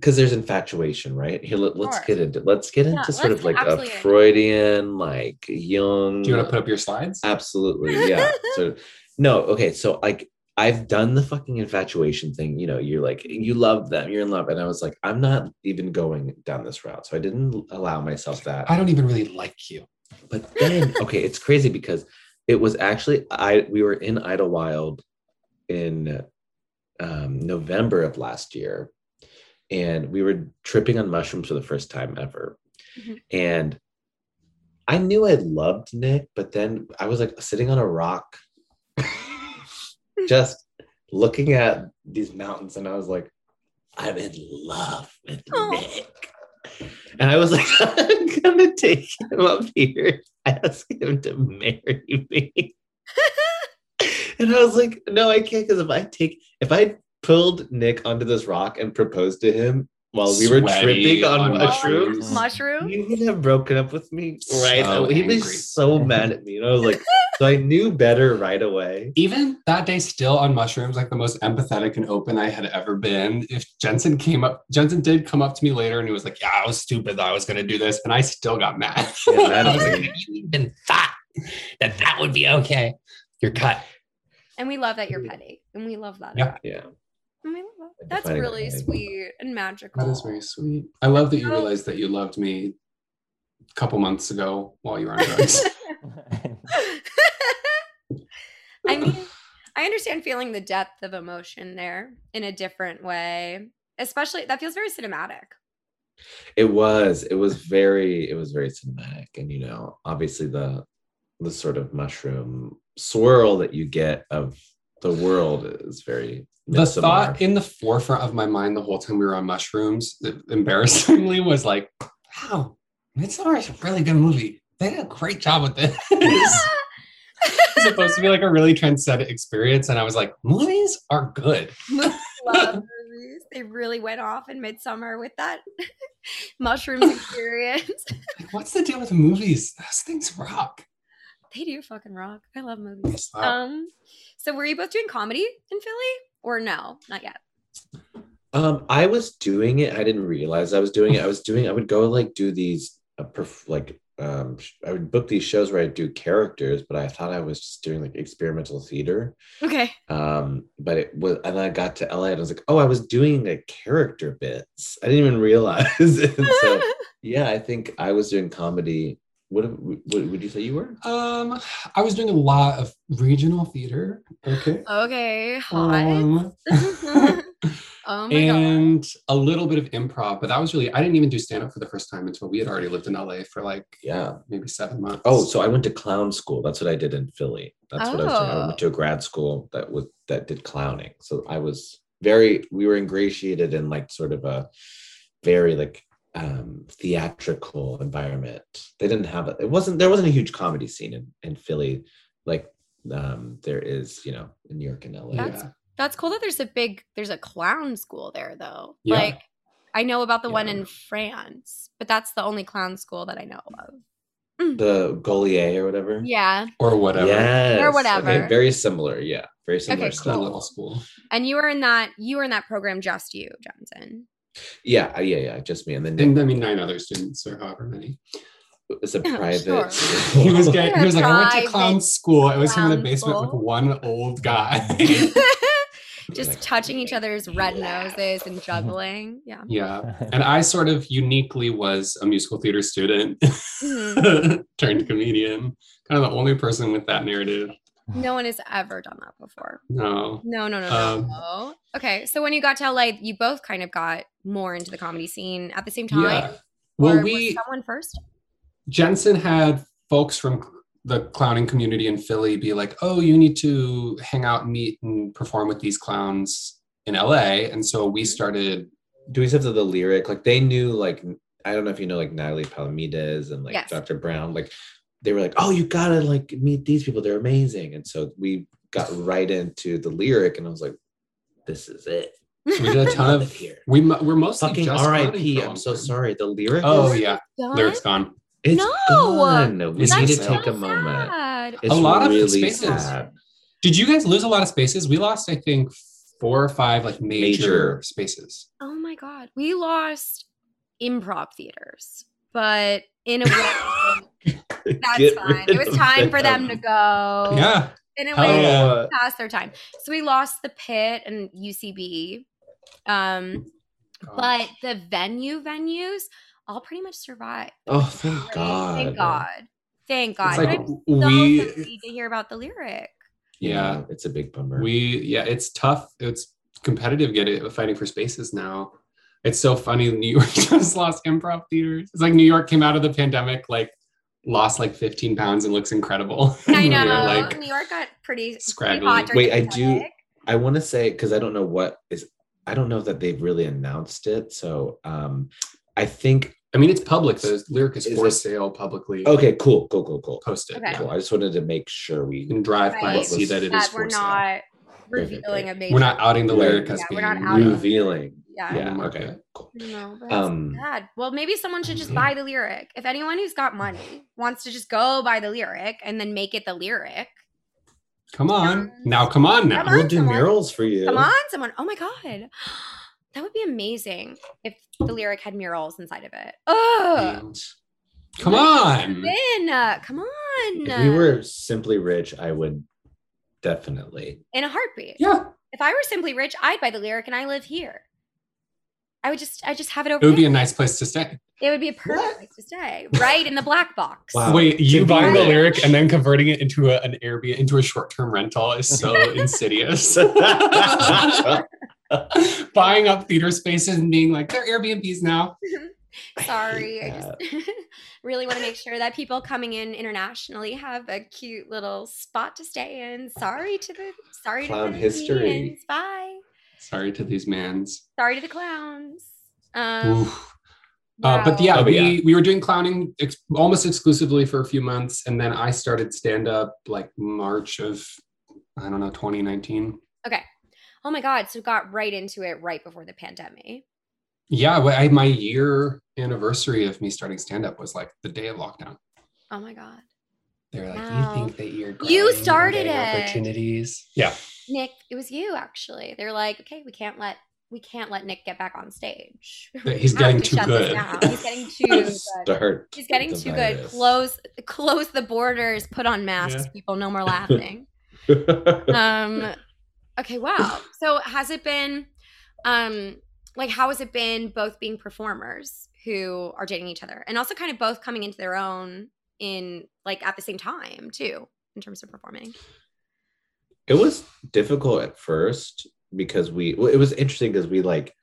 D: because there's infatuation, right? Here, let, us
A: Sure.
D: get into let's get
A: Yeah,
D: into sort
A: let's
D: of like a
A: absolutely.
D: Freudian, like Jung.
C: Do you want to put up your slides?
A: *laughs*
D: Absolutely, yeah. sort of. No, okay. So like I've done the fucking infatuation thing. You know, you're like you love them, you're in love, and I was like, I'm not even going down this route. So I didn't allow myself that
C: I don't even really like you.
D: but then okay it's crazy because it was actually i we were in idlewild in um, november of last year and we were tripping on mushrooms for the first time ever
A: Mhm.
D: and i knew i loved nick but then i was like sitting on a rock just looking at these mountains and i was like i'm in love with
A: Oh.
D: nick and i was like *laughs* i'm gonna take him up here *laughs* ask him to marry me. and I was like, no, I can't because if I take if I pulled Nick onto this rock and proposed to him while we were
C: Sweaty
D: tripping on,
C: on
D: mushrooms, Mm.
C: mushrooms.
A: Mushroom?
D: he would have broken up with me right
C: So
D: away. He
C: angry.
D: was so mad at me. And I was like, so I knew better right away.
C: Even that day, still on mushrooms, like the most empathetic and open I had ever been. If Jensen came up, Jensen did come up to me later and he was like, Yeah, I was stupid that I was going to do this. And I still got mad.
D: Yeah,
C: *laughs*
D: that
C: I was
D: is-
C: like, If you even thought that that would be okay, you're cut.
A: And we love that you're petty. And we love that.
C: Yeah.
A: about you.
D: Yeah.
A: And we love that.
D: Like
A: That's
D: defining
A: really
D: identity.
A: sweet and magical.
C: That is very sweet. I love that you realized that you loved me a couple months ago while you were on drugs.
A: *laughs* I mean, I understand feeling the depth of emotion there in a different way. Especially that feels very cinematic.
D: It was. It was very. It was very cinematic, and you know, obviously the the sort of mushroom swirl that you get of the world is very.
C: the
D: Midsommar.
C: thought in the forefront of my mind the whole time we were on mushrooms, that embarrassingly, was like, wow, Midsommar is a really good movie. They did a great job with this. *laughs*
A: *laughs*
C: it's supposed to be like a really transcendent experience. And I was like, movies are good.
A: Love movies. They really went off in Midsummer with that *laughs* mushrooms experience. *laughs*
C: Like, what's the deal with movies? Those things rock.
A: they do fucking rock. I love movies.
C: Yes, uh,
A: Um, so were you both doing comedy in Philly? Or no, not yet.
D: Um, I was doing it. I didn't realize I was doing it. I was doing. I would go like do these uh, perf- like um. sh- I would book these shows where I would do characters, but I thought I was just doing like experimental theater.
A: *laughs* Okay.
D: Um, but it was, and I got to LA and I was like, oh, I was doing like character bits. I didn't even realize. And *laughs* so, yeah, I think I was doing comedy. What, what, what would you say you were?
C: um, I was doing a lot of regional theater. Okay.
A: okay.
C: *laughs*
A: Hot. *laughs*
C: Um,
A: oh my god.
C: and a little bit of improv, but that was really, I didn't even do stand up for the first time until we had already lived in LA for like
D: Yeah.
C: maybe seven months.
D: Oh, so I went to clown school. That's what I did in Philly. That's what I was doing. I
A: Oh.
D: went to a grad school that was that did clowning. So I was very we were ingratiated in like sort of a very like um theatrical environment. They didn't have a, it wasn't there wasn't a huge comedy scene in, in Philly like um there is, you know, in New York and LA.
A: That's That's cool that there's a big there's a clown school there though.
C: Yeah.
A: Like I know about the one
D: Yeah.
A: in France, but that's the only clown school that I know of.
D: the Golier or whatever.
A: Yeah.
C: or whatever.
D: Yes.
A: Or whatever.
D: Okay, very similar. Yeah. Very similar
A: Okay,
C: It's not a
D: stuff.
C: little school.
A: And you were in that you were in that program just you, Johnson.
D: Yeah. I- Yeah. Yeah. Just me. And then
C: And I mean, nine other students or however *laughs* many.
D: it's a
A: *laughs* Yeah,
D: private.
A: sure.
C: He was gay. He was like, I went to
A: Private
C: clown school. It was him in a
A: clown
C: basement with
A: school.
C: one old guy.
A: and *laughs* just touching each other's red noses
D: Mm-hmm.
A: and juggling. Yeah.
C: *laughs* Yeah. And I sort of uniquely was a musical theater student *laughs*
A: Mhm.
C: turned comedian. Kind of the only person with that narrative.
A: No one has ever done that before.
C: No.
A: No, no, no,
C: Um,
A: no. Okay. So when you got to LA, you both kind of got more into the comedy scene at the same time.
C: Yeah. Well,
A: Or
C: we
A: was someone first.
C: Jensen had folks from the clowning community in Philly be like, "Oh, you need to hang out, meet, and perform with these clowns in LA." And so
D: Mm-hmm.
C: we started.
D: doing stuff to the lyric like they knew like i don't know if you know like natalie palomides and like
A: Yes.
D: dr brown like they were like oh you gotta like meet these people they're amazing and so we got right into the lyric and i was like this is it
C: We did a ton
D: Love it
C: of.
D: *laughs* here.
C: We mo- we're mostly
D: fucking
C: just
D: rip
C: clowning
D: i'm so
C: films.
D: sorry the lyric
C: Oh
D: is,
C: yeah,
A: Done?
C: lyrics gone.
D: it's
A: No.
D: gone we
C: It's
D: need to
C: so
D: take a moment
A: Sad.
D: it's
C: A lot of
D: really
C: spaces.
D: sad.
C: Did you guys lose a lot of spaces? We lost, I think, four or five like major,
D: Major.
C: spaces.
A: Oh my god, we lost improv theaters, but in a
C: *laughs*
A: way, that's
D: Get
A: fine.
D: rid
A: It was
D: of
A: time for them to go.
C: Yeah,
A: in a
C: Hell
A: way,
C: yeah.
A: past their time. So we lost the pit and UCB, um, but the venue venues all pretty much survived.
D: oh thank
A: Like,
D: god
A: Thank God. Thank God.
C: it's
A: But
C: like
A: I'm so
C: we
A: happy to hear about the lyric.
C: Yeah.
D: it's a big bummer
C: we yeah it's tough it's competitive getting fighting for spaces now it's so funny new york *laughs* just lost improv theaters it's like new york came out of the pandemic like lost like 15 pounds and looks incredible *laughs*
A: I
C: We were
A: know.
C: like
A: New York got pretty, pretty
C: scraggly.
A: hot. during
D: Wait,
A: the
D: I do-
A: pandemic.
D: I want to say because I don't know what is. I don't know that they've really announced it. So um, I think
C: i mean it's public the lyric is,
D: Is
C: for
D: it- Oh,
C: sale publicly
D: okay, cool, cool, cool, cool.
C: posted
A: Okay.
D: Cool. I just wanted to make sure
C: you
D: we.
C: can drive by
A: Right.
C: and see that it is
A: That we're
C: for sale
A: not
D: Great, great,
A: revealing a
D: great.
A: major.
C: we're not outing the
D: Right.
C: lyric as
A: Yeah, we're
C: being
A: not outing it.
D: Revealing.
A: Yeah.
D: Yeah.
C: Yeah.
D: Okay. Cool.
A: No, but that's
D: Um.
A: sad. Well, maybe someone should just
C: mm-hmm.
A: buy the lyric. If anyone who's got money wants to just go buy the lyric and then make it the lyric.
C: come on
A: Um,
C: now come on now
A: Come
D: We'll do
A: someone.
D: murals for you.
A: Come on, someone. Oh my God. *gasps* That would be amazing if the lyric had murals inside of it. Oh,
C: Yeah. come on
A: Ben, uh, come on.
D: If we were simply rich, I would definitely.
A: *laughs*
D: *laughs*
A: in a heartbeat.
C: yeah
A: If I were simply rich, I'd buy the lyric and I live here. I would just, I just have it
C: it
A: over.
C: would be
A: there.
C: a nice place to stay
A: it would be a perfect
C: What?
A: place to stay, right in the black box.
D: Wow.
C: Wait, you
D: Uh, to be
C: buying the
D: rich.
C: lyric and then converting it into a, an Airbnb into a short-term rental is
D: *laughs*
C: so insidious. *laughs* buying up theater spaces and being like they're Airbnbs now.
A: Sorry, I
D: hate
A: just *laughs* really want to make sure that people coming in internationally have a cute little spot to stay in. Sorry to the sorry
D: Clown
A: to the
D: history.
A: comedians. Bye.
C: Sorry to these mans.
A: Sorry to the clowns. Um,
C: Oof. Uh, but
A: wow.
C: yeah,
D: Oh, but
C: we,
D: yeah.
C: we were doing clowning ex- almost exclusively for a few months, and then I started stand up like March of I don't know 2019.
A: Oh my god! So got right into it right before the pandemic.
C: Yeah, wh- I, my year anniversary of me starting stand up was like the day of lockdown.
A: Oh my god,
C: They're like,
A: Wow.
C: you think that you're
A: You
C: growing and
A: started
C: getting
A: it.
C: opportunities?
A: *laughs*
C: Yeah.
A: Nick, it was you actually. They're like, okay, we can't let we can't let Nick get back on stage. *laughs*
C: that he's
A: We
C: getting
A: have to
C: too
A: shut this
C: good.
A: down. He's getting too good.
D: Start.
A: He's getting
D: the
A: too good.
D: virus. *laughs*
A: Close close the borders, put on masks,
C: Yeah.
A: people, no more laughing. um okay, wow. So has it been um like how has it been both being performers who are dating each other and also kind of both coming into their own in like at the same time too in terms of performing?
D: it was difficult at first because we well, it was interesting because we like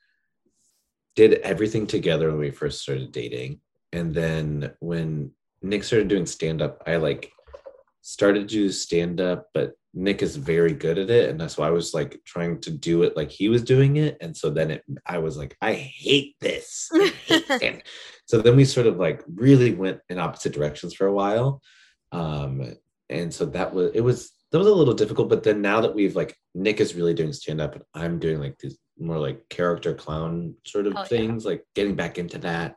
D: did everything together when we first started dating and then when nick started doing stand up i like started to do stand up but nick is very good at it and that's why i was like trying to do it like he was doing it and so then it i was like i hate this I hate stand-" so then we sort of like really went in opposite directions for a while um and so that was it was that was a little difficult but then now that we've like nick is really doing stand up and i'm doing like these more like character clown sort of
A: Oh, yeah.
D: things like getting back into that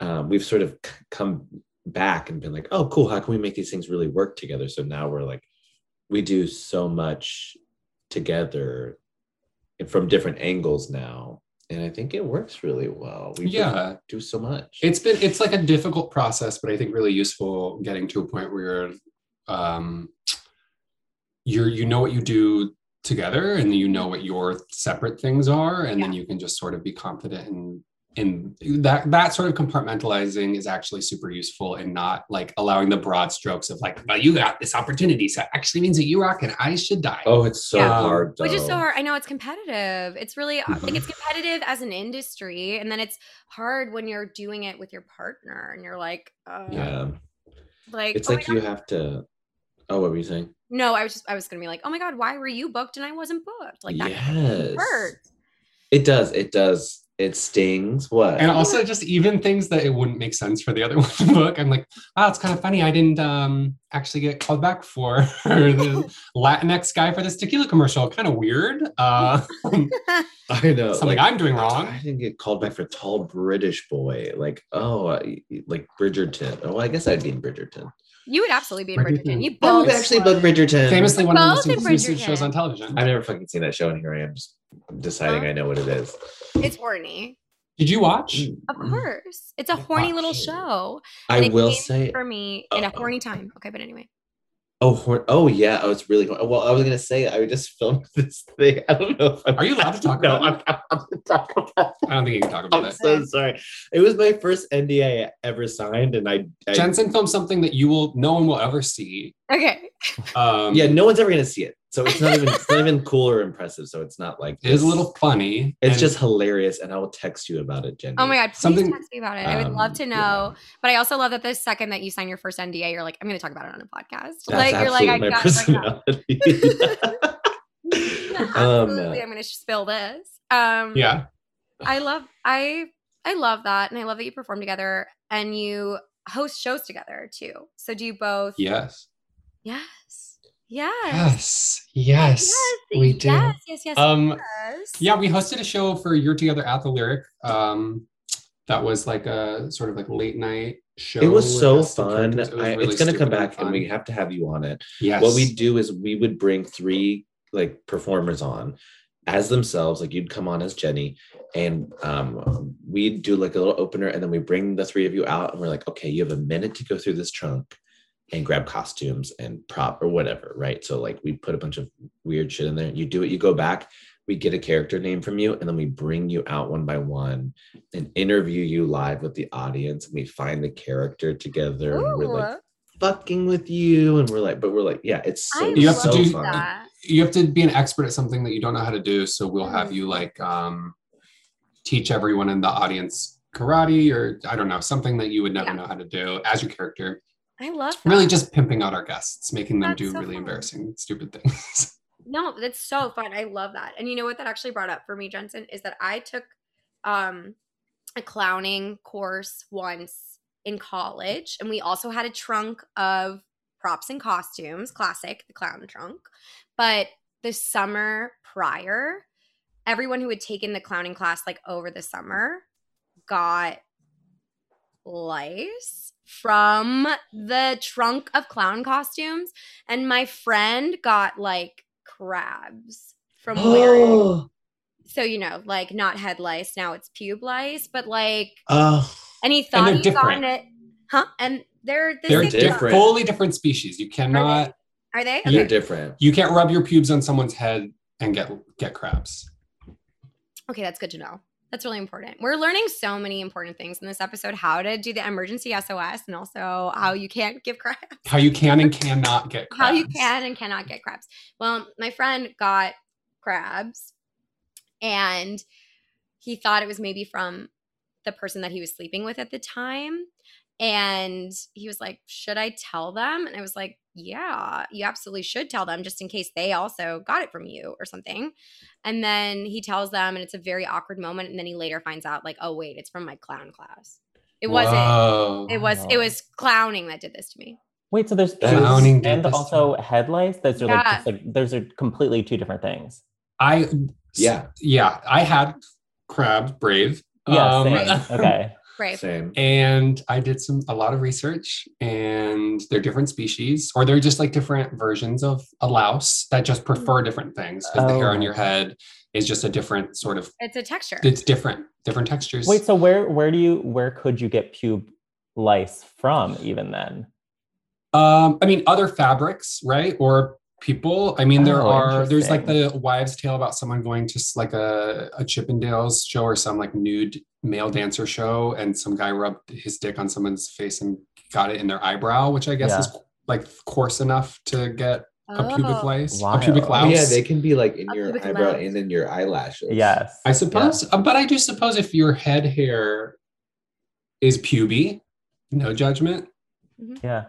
D: um, we've sort of c- come back and been like oh cool how can we make these things really work together so now we're like we do so much together and from different angles now and i think it works really well we
C: *laughs*
D: both
C: Yeah.
D: do so much
C: It's been it's like a difficult process, but I think really useful getting to a point where um you're you know what you do together and you know what your separate things are and then you can just sort of be confident in in that that sort of compartmentalizing is actually super useful and not like allowing the broad strokes of like well you got this opportunity so it actually means that you rock and i should die
D: Oh, it's so
A: Yeah.
D: hard. Though.
A: Which is so hard. I know it's competitive. It's really uh, like
D: *laughs*
A: it's competitive as an industry, and then it's hard when you're doing it with your partner, and you're like, uh,
D: Yeah,
A: like
D: it's
A: oh my
D: like you have to. Oh, what were you saying?
A: No, I was just I was gonna be like, oh my god, why were you booked and I wasn't booked? Like that
D: yes,
A: hurt.
D: it does. It does. It stings. What?
C: and also just even things that it wouldn't make sense for the other *laughs* one to book i'm like oh it's kind of funny i didn't um actually get called back for *laughs* the latinx guy for this tequila commercial kind of weird
D: *laughs*
C: uh
D: I know.
C: something i'm doing
D: I
C: wrong
D: didn't get called back for tall British boy. Like, oh, I, like Bridgerton. Oh, I guess I'd be in Bridgerton.
A: You would absolutely be in
C: Bridgerton.
A: Bridgerton. You
D: I
A: both
D: would actually book Bridgerton.
C: famously one of the most
A: Both in
C: inclusive
A: Bridgerton.
C: shows on television
D: I've never fucking seen that show, and here I am just deciding
A: Huh?
D: I know what it is.
A: It's horny.
C: did you watch
D: Mm.
A: Of course. It's a
D: Yeah.
A: horny little
D: Sure.
A: show. and
D: I
A: it
D: will
A: came
D: say,
A: For me in a
D: Uh-oh.
A: horny time. Okay, but anyway.
D: oh, hor- oh yeah, oh, it's really hor- well. I was gonna say I just filmed *laughs* this thing. I don't know. If I'm,
C: Are you allowed to talk
D: No,
C: about
D: I'm not allowed to talk about. It.
C: i don't think you can
A: Oh,
C: talk about
D: I'm
C: it
D: so sorry. It was my first NDA I ever signed, and I, I
C: jensen filmed something that you will no one will ever see
A: Okay.
C: um
D: yeah, no one's ever gonna see it, so it's not even it's not
C: *laughs*
D: even cool or impressive. So it's not like
C: it is a
D: this-
C: little funny
D: It's
C: and-
D: just hilarious, and I will text you about it, Jenny.
A: Oh my god, please
C: Something-
A: text me about it. I would love
D: Um,
A: to
D: yeah.
A: know. But I also love that the second that you sign your first NDA, you're like, I'm gonna talk about it on a podcast.
D: That's
A: like you're like, I
D: absolutely
A: got it.
D: *laughs*
A: Like,
D: my
A: *laughs* yeah,
D: personality. *laughs* um,
A: absolutely, I'm gonna spill this. Um
C: yeah
A: I love I I love that and I love that you perform together and you host shows together too. So do you both
C: yes
A: Yes. Yes.
C: yes yes, we do
A: Yes, yes, yes.
C: um
A: yes.
C: Yeah, we hosted a show for You're Together at the Lyric. Um, that was like a sort of like late night show.
D: it was so
C: with us and
D: fun.
C: characters. It was
D: I,
C: really
D: it's gonna come
C: stupid
D: back, and
C: fun.
D: we have to have you on it.
C: yes.
D: What we do is we would bring three like performers on as themselves. Like you'd come on as Jenny, and um, we'd do like a little opener, and then we bring the three of you out, and we're like, okay, you have a minute to go through this trunk and grab costumes and prop or whatever, right? So like we put a bunch of weird shit in there. You do it, you go back. We get a character name from you, and then we bring you out one by one and interview you live with the audience. And we find the character together. And we're like
A: Ooh,
D: fucking with you and we're like but we're like yeah it's so,
A: I
C: You have to
D: so
A: love
C: do-
D: fun
A: that.
C: you have to be an expert at something that you don't know how to do. So we'll
A: Mm-hmm.
C: have you like um, teach everyone in the audience karate or I don't know something that you would never
A: Yeah.
C: know how to do as your character.
A: I love that.
C: Really, just pimping out our guests, making them
A: That's
C: do
A: so
C: really
A: fun.
C: embarrassing, stupid things.
A: No, that's so fun. I love that. And you know what that actually brought up for me, Jensen, is that I took um a clowning course once in college, and we also had a trunk of props and costumes, classic, the clown trunk. But the summer prior, everyone who had taken the clowning class like over the summer got lice from the trunk of clown costumes and my friend got like crabs
D: *gasps*
A: from wearing so you know like not head lice now it's pube lice but like
D: oh
A: and he thought
C: they're
A: he'd gotten
C: different.
A: it huh and they're the
C: They're
A: same
D: different.
A: color.
C: Fully different species. You cannot.
A: are they
C: Yeah.
D: they're
A: okay.
D: different
C: You can't rub your pubes on someone's head and get get crabs.
A: okay that's good to know that's really important we're learning so many important things in this episode how to do the emergency sos and also how you can't give crabs
C: how you can and cannot get crabs.
A: how you can and cannot get crabs. Well, my friend got crabs and he thought it was maybe from the person that he was sleeping with at the time. And he was like, Should I tell them? And I was like, Yeah, you absolutely should tell them just in case they also got it from you or something. And then he tells them, and it's a very awkward moment. And then he later finds out, like, Oh, wait, it's from my clown class. It wasn't.
C: Whoa.
A: It was it
B: Wow.
A: was clowning that did this to me.
B: *laughs* Wait, so there's
D: That is-
B: clowning
C: Clowning did
B: and
C: this
B: also head lice. Those are like,
A: Yeah.
B: just like those are completely two different things.
C: I
D: yeah
C: yeah. I had crab brave.
B: Yeah,
C: Um, *laughs*
B: same. okay.
A: Brave.
D: same
C: And I did some a lot of research, and they're different species, or they're just like different versions of a louse that just prefer different things because the hair
B: Oh.
C: on your head is just a different sort of.
A: It's a texture.
C: It's different, different textures.
B: Wait, so where where do you where could you get pube lice from even then?
C: Um, I mean, other fabrics, right? Or people. I mean, there
B: Oh,
C: are there's like
B: interesting.
C: the wives' tale about someone going to s- like a a Chippendales show or some like nude male dancer show, and some guy rubbed his dick on someone's face and got it in their eyebrow, which I guess
B: Yeah.
C: is like coarse enough to get a
A: Oh,
C: pubic lice, a
B: Wild.
C: pubic
B: Oh,
C: louse.
D: yeah, they can be like in
A: Up
D: your
A: with the
D: eyebrow
A: clouds.
D: and in your eyelashes.
B: Yes.
C: I suppose, uh, but I do suppose if your head hair is puby, no judgment.
B: Yeah.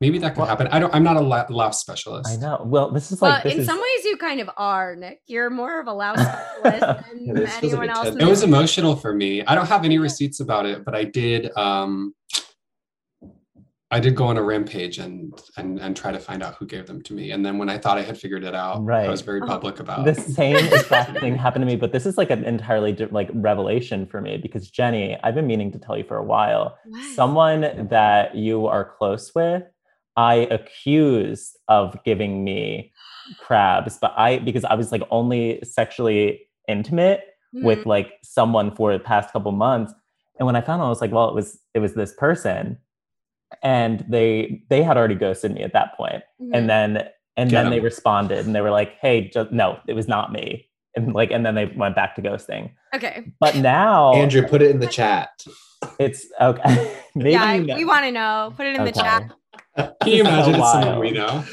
C: Maybe that could
B: Well-
C: happen. I don't. I'm not a la-
B: yeah.
C: louse specialist.
B: I know. Well, this is
A: Well,
B: like this
A: in
B: is
A: some ways, you kind of are, Nick. You're more of a
B: *laughs*
A: louse specialist
D: Yeah,
A: than
D: this feels like
A: anyone
D: a
A: else.
D: TED
A: in
C: It
D: Talk.
A: the
C: was
A: room.
C: emotional for me. I don't have any receipts about it, but I did. Um, I did go on a rampage and and and try to find out who gave them to me. And then when I thought I had figured it out,
B: Right.
C: I was very
A: Oh.
C: public about.
B: the same exact thing happened to me, but this is like an entirely di- like revelation for me because Jenny, I've been meaning to tell you for a while.
A: What?
B: Someone that you are close with, I accused of giving me crabs, but I because I was like only sexually intimate with
A: Mm-hmm.
B: like someone for the past couple months and when i found out i was like well it was it was this person and they they had already ghosted me at that point
A: Mhm.
B: and then and
C: Get
B: then
C: 'em.
B: they responded and they were like hey just, no it was not me and like and then they went back to ghosting
A: okay,
B: but now
D: *laughs* Andrew, put
A: Oh
D: it in the chat.
B: it's okay *laughs* maybe
A: yeah,
B: you know-
A: we want to know. Put it in the
B: Okay.
A: chat.
C: Can you
B: So
C: imagine it's someone
B: wild.
C: we know?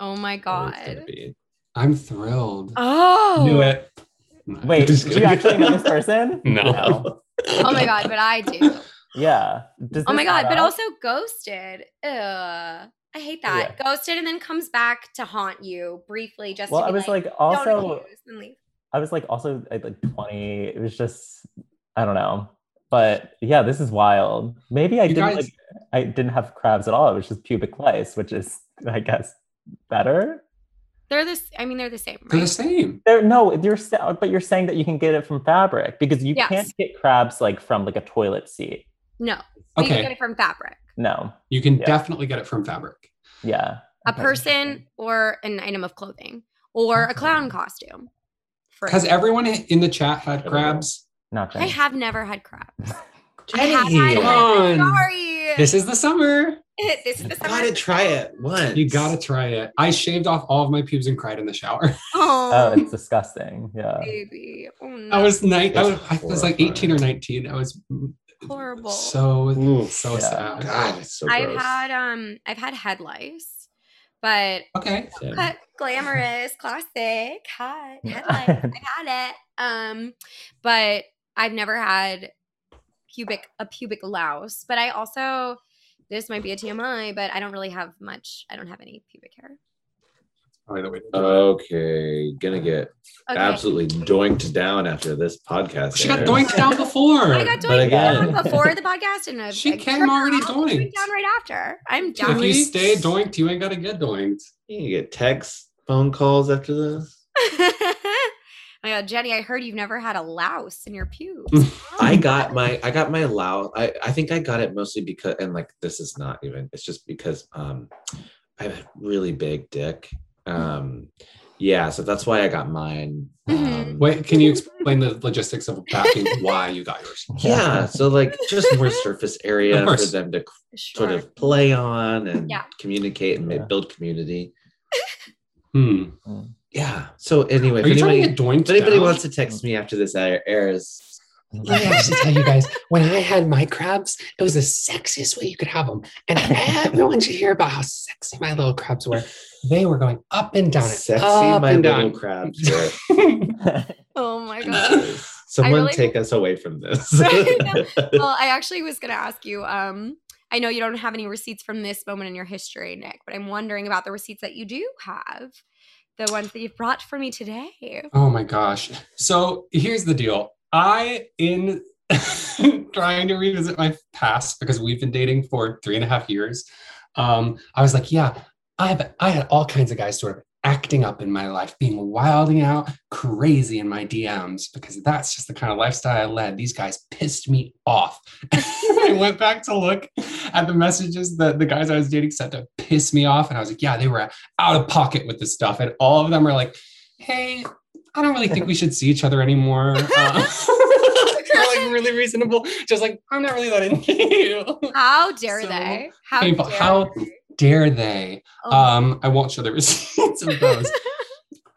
A: Oh my
D: Oh, it's gonna
A: god.
D: be-
C: I'm thrilled.
A: Oh.
C: Knew it.
B: wait
D: Just
B: do you
D: kidding.
B: actually know
D: *laughs*
B: this person
C: *laughs* No.
A: Oh my god, but I
B: *laughs*
A: do.
B: yeah Does
A: Oh my
B: this
A: god,
B: add
A: but
B: up?
A: also ghosted. Ugh. I hate that. Ghosted and then comes back to haunt you briefly just
B: well
A: to
B: i
A: be
B: was
A: like, "Don't
B: like also
A: accuse," and leave.
B: I was like also at like 20. It was just I don't know. But yeah, this is wild. Maybe I
C: You
B: didn't
C: guys-
B: like I didn't have crabs at all. It was just pubic lice, which is I guess better.
A: They're this I mean they're the same,
C: They're
A: right?
C: the same.
B: There no, you're sa- but you're saying that you can get it from fabric because you
A: Yes.
B: can't get crabs like from like a toilet seat.
A: No. but You can get
C: Okay,
A: it from fabric.
B: No.
C: you can
B: Yeah.
C: definitely get it from fabric.
B: Yeah.
A: A
B: Okay.
A: person or an item of clothing or a clown costume. For
C: Has
A: example.
C: everyone in the chat had
D: Everyone.
C: crabs?
B: Not
A: I
B: Jenny.
A: have never had crabs.
C: *laughs*
A: I have
D: Jenny,
A: had
C: Come
D: you
A: crabs.
C: on.
A: Sorry.
C: This is the summer.
A: *laughs* This is the summer.
D: gotta try it once.
C: You gotta try it. I shaved off all of my pubes and cried in the shower.
B: Oh,
A: *laughs* Oh,
B: it's disgusting. Yeah.
A: baby. Oh no.
C: uh, I was night. I was,
D: That's
C: I was like
D: horrifying.
C: eighteen or nineteen. I was
A: horrible.
C: so
D: Oof.
C: so
B: Yeah.
C: sad.
D: God, it's so
A: I've
D: gross.
A: had um I've had head lice, but
C: Okay,
D: Same.
A: but glamorous, classic,
C: *laughs*
A: hot
B: *laughs*
A: head lice.
B: Yeah.
A: I had it. Um, but I've never had pubic a pubic louse. But I also this might be a TMI, but I don't really have much. I don't have any pubic hair.
C: probably the way to do it.
D: Okay, gonna get
A: Okay.
D: absolutely doinked down after this podcast.
C: She got
D: airs.
C: doinked
D: *laughs*
C: down before.
A: I got
D: But
A: doing
D: again-
A: down before the podcast,
C: *laughs*
A: and I've-
C: She
A: I've-
C: came already
A: I'll do it
C: doinked.
A: down right after. I'm down.
C: if you stay doinked, you ain't gotta get doinked.
D: You get text, phone calls after this.
A: *laughs* oh my god, Jenny, I heard you've never had a louse in your
C: *laughs*
A: pubes.
D: I got my I got my allow. I I think I got it mostly because and like this is not even. It's just because um I have a really big dick. Um yeah, so that's why I got mine.
A: Mhm.
D: Um,
C: Wait, can you explain the logistics of that
D: *laughs*
C: and why you got yours?
D: Yeah, so like just more surface area
C: Of
D: for
C: course.
D: them to
A: Sure.
D: sort of play on and
A: Yeah.
D: communicate and ma-
B: Yeah.
D: build community.
C: Hmm.
D: Yeah. So anyway,
C: Are
D: if
C: you
D: anybody,
C: trying to get doinked?
D: if anybody
C: down?
D: wants to text me after this air- airs,
C: Let me actually tell you guys, when I had my crabs, it was the sexiest way you could have them. And everyone should hear about how sexy my little crabs were. They were going up and down. and
D: sexy
C: up
D: my
C: and
D: little
C: down.
D: crabs. were-
A: *laughs* oh my god.
D: Someone
A: really-
D: take us away from this.
A: *laughs* I well, I actually was gonna ask you, um, I know you don't have any receipts from this moment in your history, Nick, but I'm wondering about the receipts that you do have. The ones that you've brought for me today.
C: Oh my gosh. So here's the deal. I, in *laughs* trying to revisit my past because we've been dating for three and a half years, um, I was like, yeah, I've I had all kinds of guys sort of acting up in my life, being wilding out, crazy in my DMs because that's just the kind of lifestyle I led. These guys pissed me off. *laughs* I went back to look at the messages that the guys I was dating sent to piss me off, and I was like, yeah, they were out of pocket with this stuff, and all of them are like, hey. I don't really think we should see each other
A: *laughs*
C: *laughs* anymore. Uh, they're like really reasonable. Just like, I'm not really that into you.
A: How dare
C: So,
A: they? How
C: painful.
A: dare
C: How
A: they?
C: dare they?
A: Oh.
C: Um, I won't show the *laughs* receipts of those.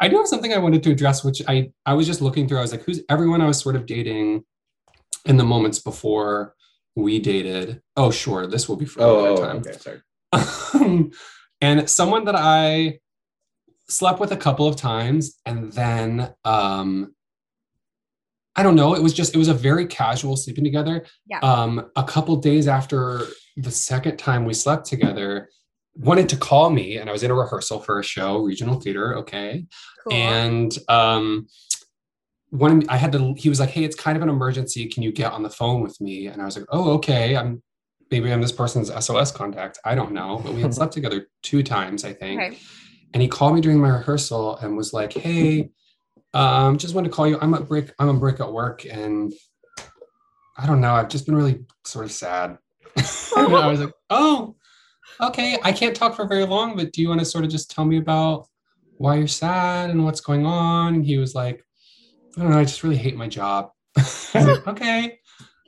C: I do have something I wanted to address, which I I was just looking through. I was like, who's everyone I was sort of dating in the moments before we dated? Oh, sure, this will be for
D: Oh,
C: another
D: oh,
C: time.
D: okay, sorry.
C: *laughs* and someone that I slept with a couple of times, and then um, I don't know. It was just it was a very casual sleeping together.
A: Yeah.
C: Um, a couple days after the second time we slept together, wanted to call me, and I was in a rehearsal for a show, regional theater. Okay,
A: *laughs* Cool.
C: and um one i had to he was like hey it's kind of an emergency can you get on the phone with me and i was like oh okay i'm maybe i'm this person's sos contact i don't know but we had slept together two times i think
A: okay.
C: and he called me during my rehearsal and was like hey um just wanted to call you i'm at break i'm on break at work and i don't know i've just been really sort of sad *laughs* and i was like oh okay i can't talk for very long but do you want to sort of just tell me about why you're sad and what's going on and he was like i don't know i just really hate my job *laughs* I was like, okay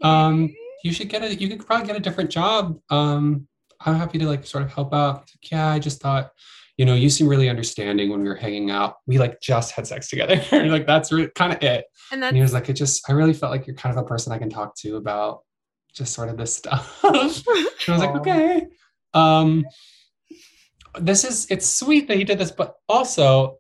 C: um, you should get a you could probably get a different job um i'm happy to like sort of help out He's like, yeah i just thought you know you seem really understanding when we were hanging out we like just had sex together *laughs* like that's re- kind of it
A: and
C: and he
A: that's
C: was like it just i really felt like you're kind of a person i can talk to about just sort of this stuff *laughs* and i was like
B: Aw.
C: okay um this is it's sweet that he did this but also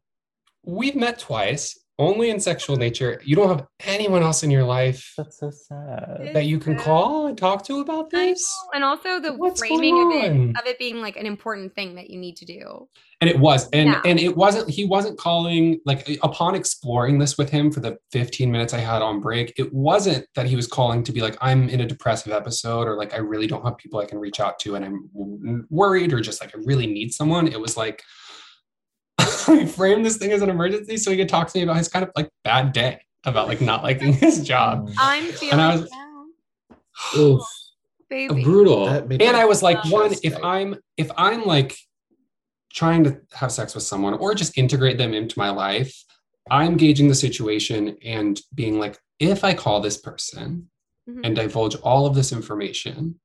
C: we've met twice only in sexual nature you don't have anyone else in your life
B: *laughs* That's so sad.
C: that you can
A: Yeah.
C: call and talk to about
A: I know,
C: this.
A: and also the
C: What's
A: framing of
C: going
A: it,
C: on?
A: of it being like an important thing that you need to do.
C: And it was, and
A: Yeah.
C: and it wasn't. He wasn't calling like upon exploring this with him for the fifteen minutes I had on break. It wasn't that he was calling to be like I'm in a depressive episode or like I really don't have people I can reach out to and I'm w- worried or just like I really need someone. It was like. *laughs* I framed this thing as an emergency so he could talk to me about his kind of like bad day about like not liking his job.
B: Mm.
A: I'm feeling
C: was-
A: down,
D: Oof,
A: baby.
C: brutal
D: That made
C: and
D: me
C: i was like
D: just
C: one if
D: like-
C: i'm if i'm like trying to have sex with someone or just integrate them into my life i'm gauging the situation and being like if i call this person
A: Mhm. *laughs*
C: and divulge all of this information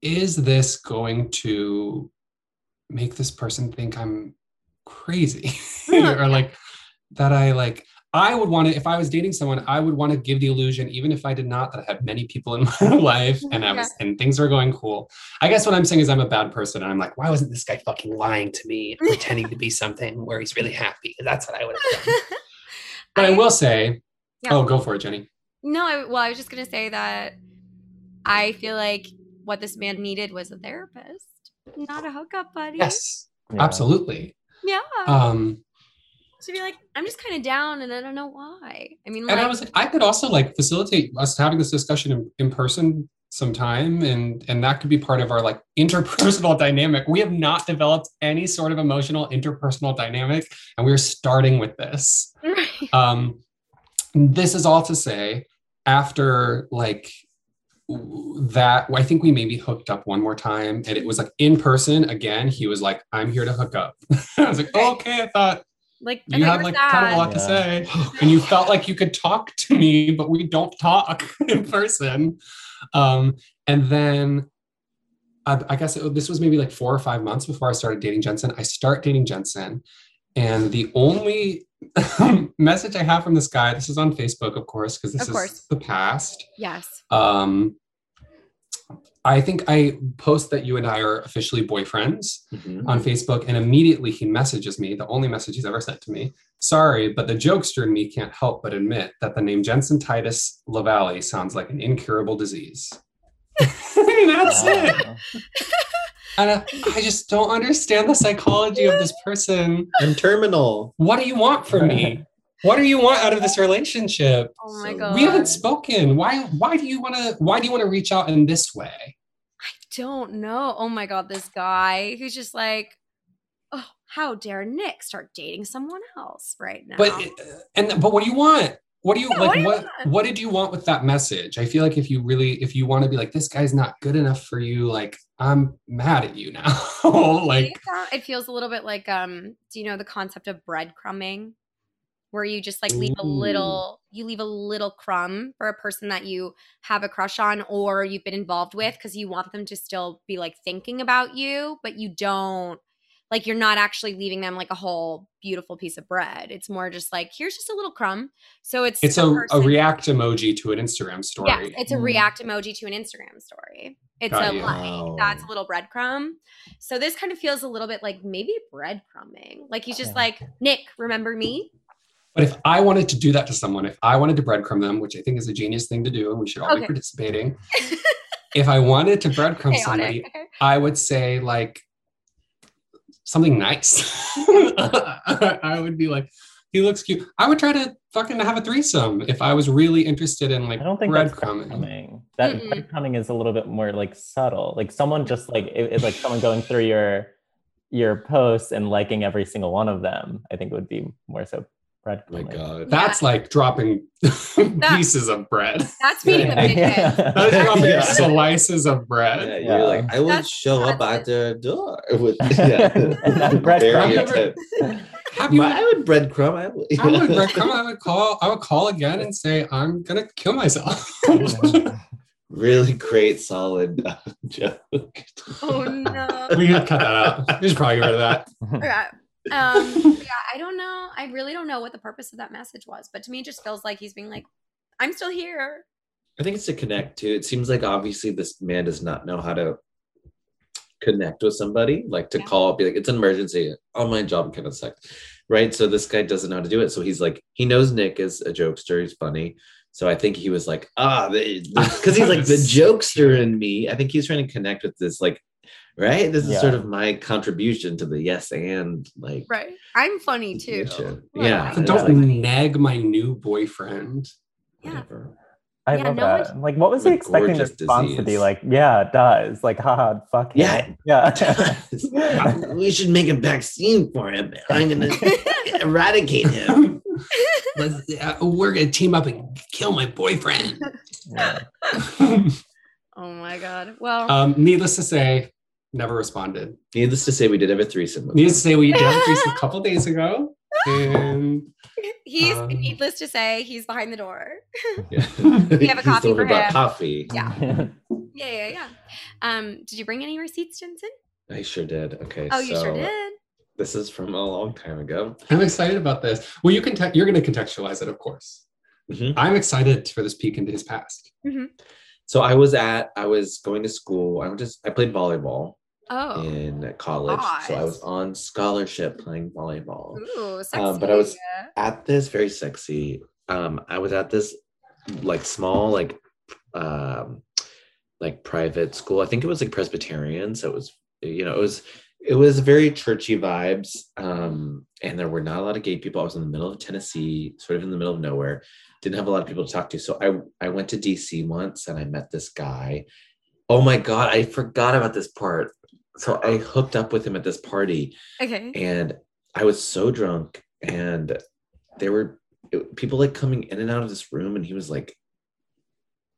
C: is this going to make this person think i'm crazy *laughs* or like that i like i would want to if i was dating someone i would want to give the illusion even if i did not that i had many people in *laughs* my life and i was and things were going cool i guess what i'm saying is i'm a bad person and i'm like why wasn't this guy fucking lying to me and pretending to be something where he's really happy that's what i would
A: *laughs*
C: have done but i,
A: I-
C: will say
A: Yeah.
C: oh go for it jenny
A: No, I, well, I was just gonna say that I feel like what this man needed was a therapist, not a hookup buddy.
C: yes
B: Yeah.
C: absolutely
A: Yeah.
C: um
A: to be like, I'm just kind of down, and I don't know why. I mean, like,
C: and
A: *laughs*
C: I was like, I could also like facilitate us having this discussion in, in person sometime, and and that could be part of our like interpersonal *laughs* dynamic. We have not developed any sort of emotional interpersonal dynamic, and we're starting
A: *laughs*
C: with this. Um, this is all to say, after like w- that, I think we maybe hooked up one more time, and it was like in person again. He was like, "I'm here to hook up." *laughs* I was like,
A: Right.
C: "Okay," I thought
A: like I
C: you
A: thought
C: had
A: were
C: like kind of a
A: sad.
C: lot to
B: Yeah.
C: say *laughs* and you felt like you could talk to me but we don't talk *laughs* in person um and then i, I guess it- this was maybe like four or five months before i started dating jensen i start dating jensen and the only *laughs* message i have from this guy this is on facebook of course because this
A: Of
C: is
A: course.
C: the past
A: Yes.
C: um i think i post that you and i are officially boyfriends
D: Mhm.
C: on Facebook, and immediately he messages me, the only message he's ever sent to me. Sorry, but the jokester in me can't help but admit that the name Jensen Titus LaValle sounds like an incurable disease. *laughs* That's it.
B: Wow.
C: And I, I just don't understand the psychology of this person.
D: I'm terminal.
C: What do you want from me? What do you want out of this relationship?
A: Oh my
D: So-
A: god.
C: We haven't spoken. Why why do you want to why do you want to reach out in this way?
A: don't know. Oh my god, this guy who's just like, oh, how dare Nick start dating someone else right now?
C: But uh, and but what do you want? What do you
A: Yeah,
C: like?
A: what do
C: What,
A: you
C: what
A: want?
C: did you want with that message? I feel like if you really if you want to be like this guy's not good enough for you, like I'm mad at you now. *laughs* like
A: it feels a little bit like um. Do you know the concept of breadcrumbing? where you just like leave a little you leave a little crumb for a person that you have a crush on or you've been involved with because you want them to still be like thinking about you but you don't like you're not actually leaving them like a whole beautiful piece of bread it's more just like here's just a little crumb so it's
C: It's
A: the
C: a, a
A: person-
C: react emoji to an Instagram story.
A: yeah it's a
B: Mm.
A: react emoji to an instagram story it's
C: Got
A: a
C: you.
A: like that's a
D: Wow.
A: little breadcrumb so this kind of feels a little bit like maybe breadcrumbing like he's just
B: Yeah.
A: like nick remember me
C: But if I wanted to do that to someone, if I wanted to breadcrumb them, which I think is a genius thing to do, and we should all
A: Okay.
C: be participating. if I wanted to breadcrumb
A: chaotic
C: somebody, I would say like something nice. *laughs* I would be like, he looks cute. I would try to fucking have a threesome if I was really interested in like
B: I don't think that's
C: breadcrumbing.
B: breadcrumbing. That
A: Mm-mm.
B: breadcrumbing is a little bit more like subtle. Like someone just like it, it's like someone going through your your posts and liking every single one of them. I think would be more so
D: Oh my
B: breadcrumbing.
D: god.
C: That's like dropping *laughs* pieces of bread. *laughs*
A: that's being a big bitch
C: That's dropping
D: Yeah.
C: slices of bread.
D: Yeah,
B: Yeah.
D: you're like I would
A: That's-
D: show up
A: that's-
D: at their door
B: *laughs*
D: with *laughs* yeah. *laughs*
B: That bread
D: Very
C: crumb.
D: intense.
C: Have you?
D: My- I would breadcrumb. I would.
C: I *laughs*
D: *laughs*
C: would breadcrumb. I would call. I would call again and say I'm gonna kill *laughs* myself.
D: really great, solid uh, *laughs* joke.
A: oh no
C: we can cut that out. We should probably get rid of that.
A: yeah. Um, yeah, I don't know. I really don't know what the purpose of that message was, but to me, it just feels like he's being like, "I'm still here."
D: I think it's to connect too. It seems like obviously this man does not know how to connect with somebody, like to
A: Yeah.
D: call, be like, it's an emergency. Oh, my job kind of sucks. Right. So this guy doesn't know how to do it. So he's like, he knows Nick is a jokester. He's funny. So I think he was like, ah, because he's like the jokester in me. I think he's trying to connect with this, like, right? This is
B: Yeah.
D: sort of my contribution to the yes and like,
A: Right. I'm funny too.
D: nature.
A: Well,
D: Yeah.
C: So
D: And
C: don't
D: it's like,
C: nag my new boyfriend.
A: Yeah.
D: whatever.
B: *laughs*
D: *laughs*
B: I
A: Yeah,
B: love
A: no
B: that. Like, what was
D: What
B: he
D: a
B: expecting the
D: gorgeous
B: response to be
D: disease.
B: like? Yeah, it does. Like, haha, fuck him.
D: *laughs*
B: Yeah.
D: we should make a vaccine for him.
A: *laughs*
D: I'm gonna eradicate him.
C: *laughs* Let's, uh, we're gonna team up and kill my
A: *laughs*
C: boyfriend.
B: yeah.
A: Oh my god. Well,
C: um, needless to say, never responded.
D: Needless to say, we did have a threesome. with
C: Needless to say, we
A: *laughs*
C: did a threesome a couple days ago, and
A: he's
C: um,
A: needless to say he's behind the door.
D: him.
A: *laughs* We have a coffee
D: He's talking
A: for
D: about
A: him.
D: coffee.
A: Yeah.
B: *laughs*
A: Yeah, yeah, yeah. Um, did you bring any receipts, Jensen?
D: I sure did. Okay.
A: Oh, you
D: so
A: sure did.
D: This is from a long time ago.
C: I'm excited about this. Well, you can te- you're going to contextualize it, of course.
D: Mhm.
C: I'm excited for this peek into his past.
D: So I was at, I was going to school. I went to, I played volleyball
A: Oh.
D: in college. So I
A: Nice.
D: was on scholarship playing volleyball.
A: Ooh, sexy.
D: Um, but I was- at this very sexy um i was at this like small like um like private school i think it was like presbyterian so it was you know it was it was very churchy vibes um and there were not a lot of gay people i was in the middle of tennessee sort of in the middle of nowhere didn't have a lot of people to talk to so i i went to dc once and i met this guy oh my god i forgot about this part so i hooked up with him at this party
A: okay.
D: and I was so drunk, and there were it- people like coming in and out of this room, and he was like,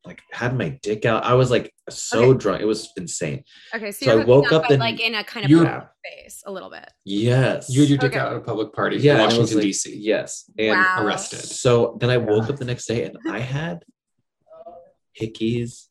D: like had my dick out. I was like so
A: Okay.
D: drunk, it was insane.
A: Okay. So,
D: Eh, so
A: you're
D: I
A: hooking
D: woke
A: up,
D: up
A: but
D: and-
A: like in a kind of
C: You're-
A: public space, a little bit.
D: Yes,
C: You had your dick
A: Okay.
C: out at a public party in
D: yeah, and I was
C: Washington
D: like,
C: D.C.
D: Yes, and
A: wow.
C: arrested.
D: so then I woke
B: Yeah.
D: up the next day and
A: *laughs*
D: I had hickeys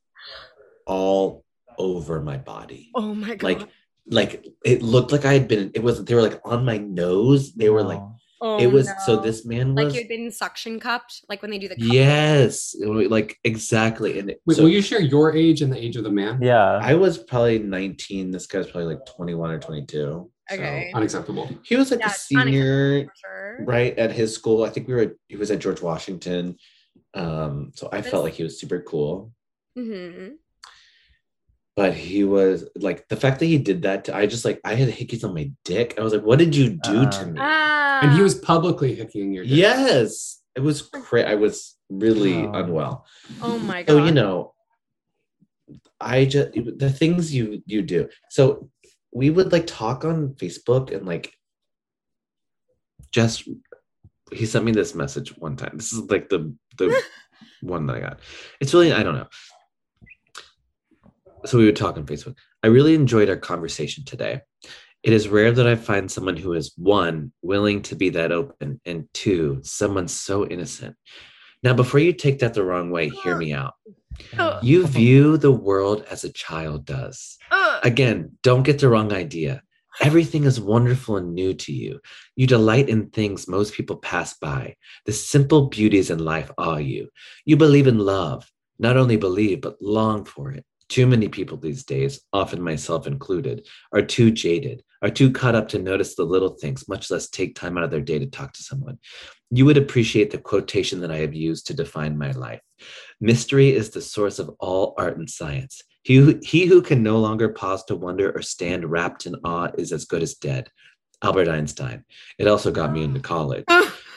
D: all over my body.
A: Oh my god.
D: Like, like it looked like I had been. It was they were like on my nose. They were like
A: oh,
D: it was. So
A: no.
D: this man was
A: like you'd been suction cupped, like when they do the cup.
D: Yes, it wa- like exactly. And it-
C: Wait,
D: so
C: will you share your age and the age of the man?
B: Yeah.
D: I was probably 19. This guy's probably like 21 or 22. so-
A: Okay.
C: Unacceptable.
D: He was like
A: Yeah,
D: a
A: it's not
D: senior,
A: for sure.
D: right, at his school. I think we were, he was at George Washington. Um, so I felt like he was super cool.
A: Mm-hmm.
D: But he was like the fact that he did that to I just like I had hickeys on my dick. I was like, what did you do
B: Uh,
D: to me?
A: Ah,
C: and he was publicly hicking your dick.
D: yes. It was cra- I was really
B: Oh.
D: unwell.
A: Oh my god.
D: so you know i just the things you you do so we would like talk on facebook and like just he sent me this message one time this is like the the one that i got it's really i don't know so we would talk on facebook i really enjoyed our conversation today It is rare that I find someone who is one, willing to be that open, and two, someone so innocent. Now, before you take that the wrong way, hear me out.
E: Oh.
D: You view the world as a child does.
E: Ugh.
D: Again, don't get the wrong idea. Everything is wonderful and new to you. You delight in things most people pass by. The simple beauties in life awe you. You believe in love, not only believe, but long for it. Too many people these days, often myself included, are too jaded, are too caught up to notice the little things, much less take time out of their day to talk to someone. You would appreciate the quotation that I have used to define my life. Mystery is the source of all art and science. He who, he who can no longer pause to wonder or stand wrapped in awe is as good as dead. Albert Einstein. It also got me into college.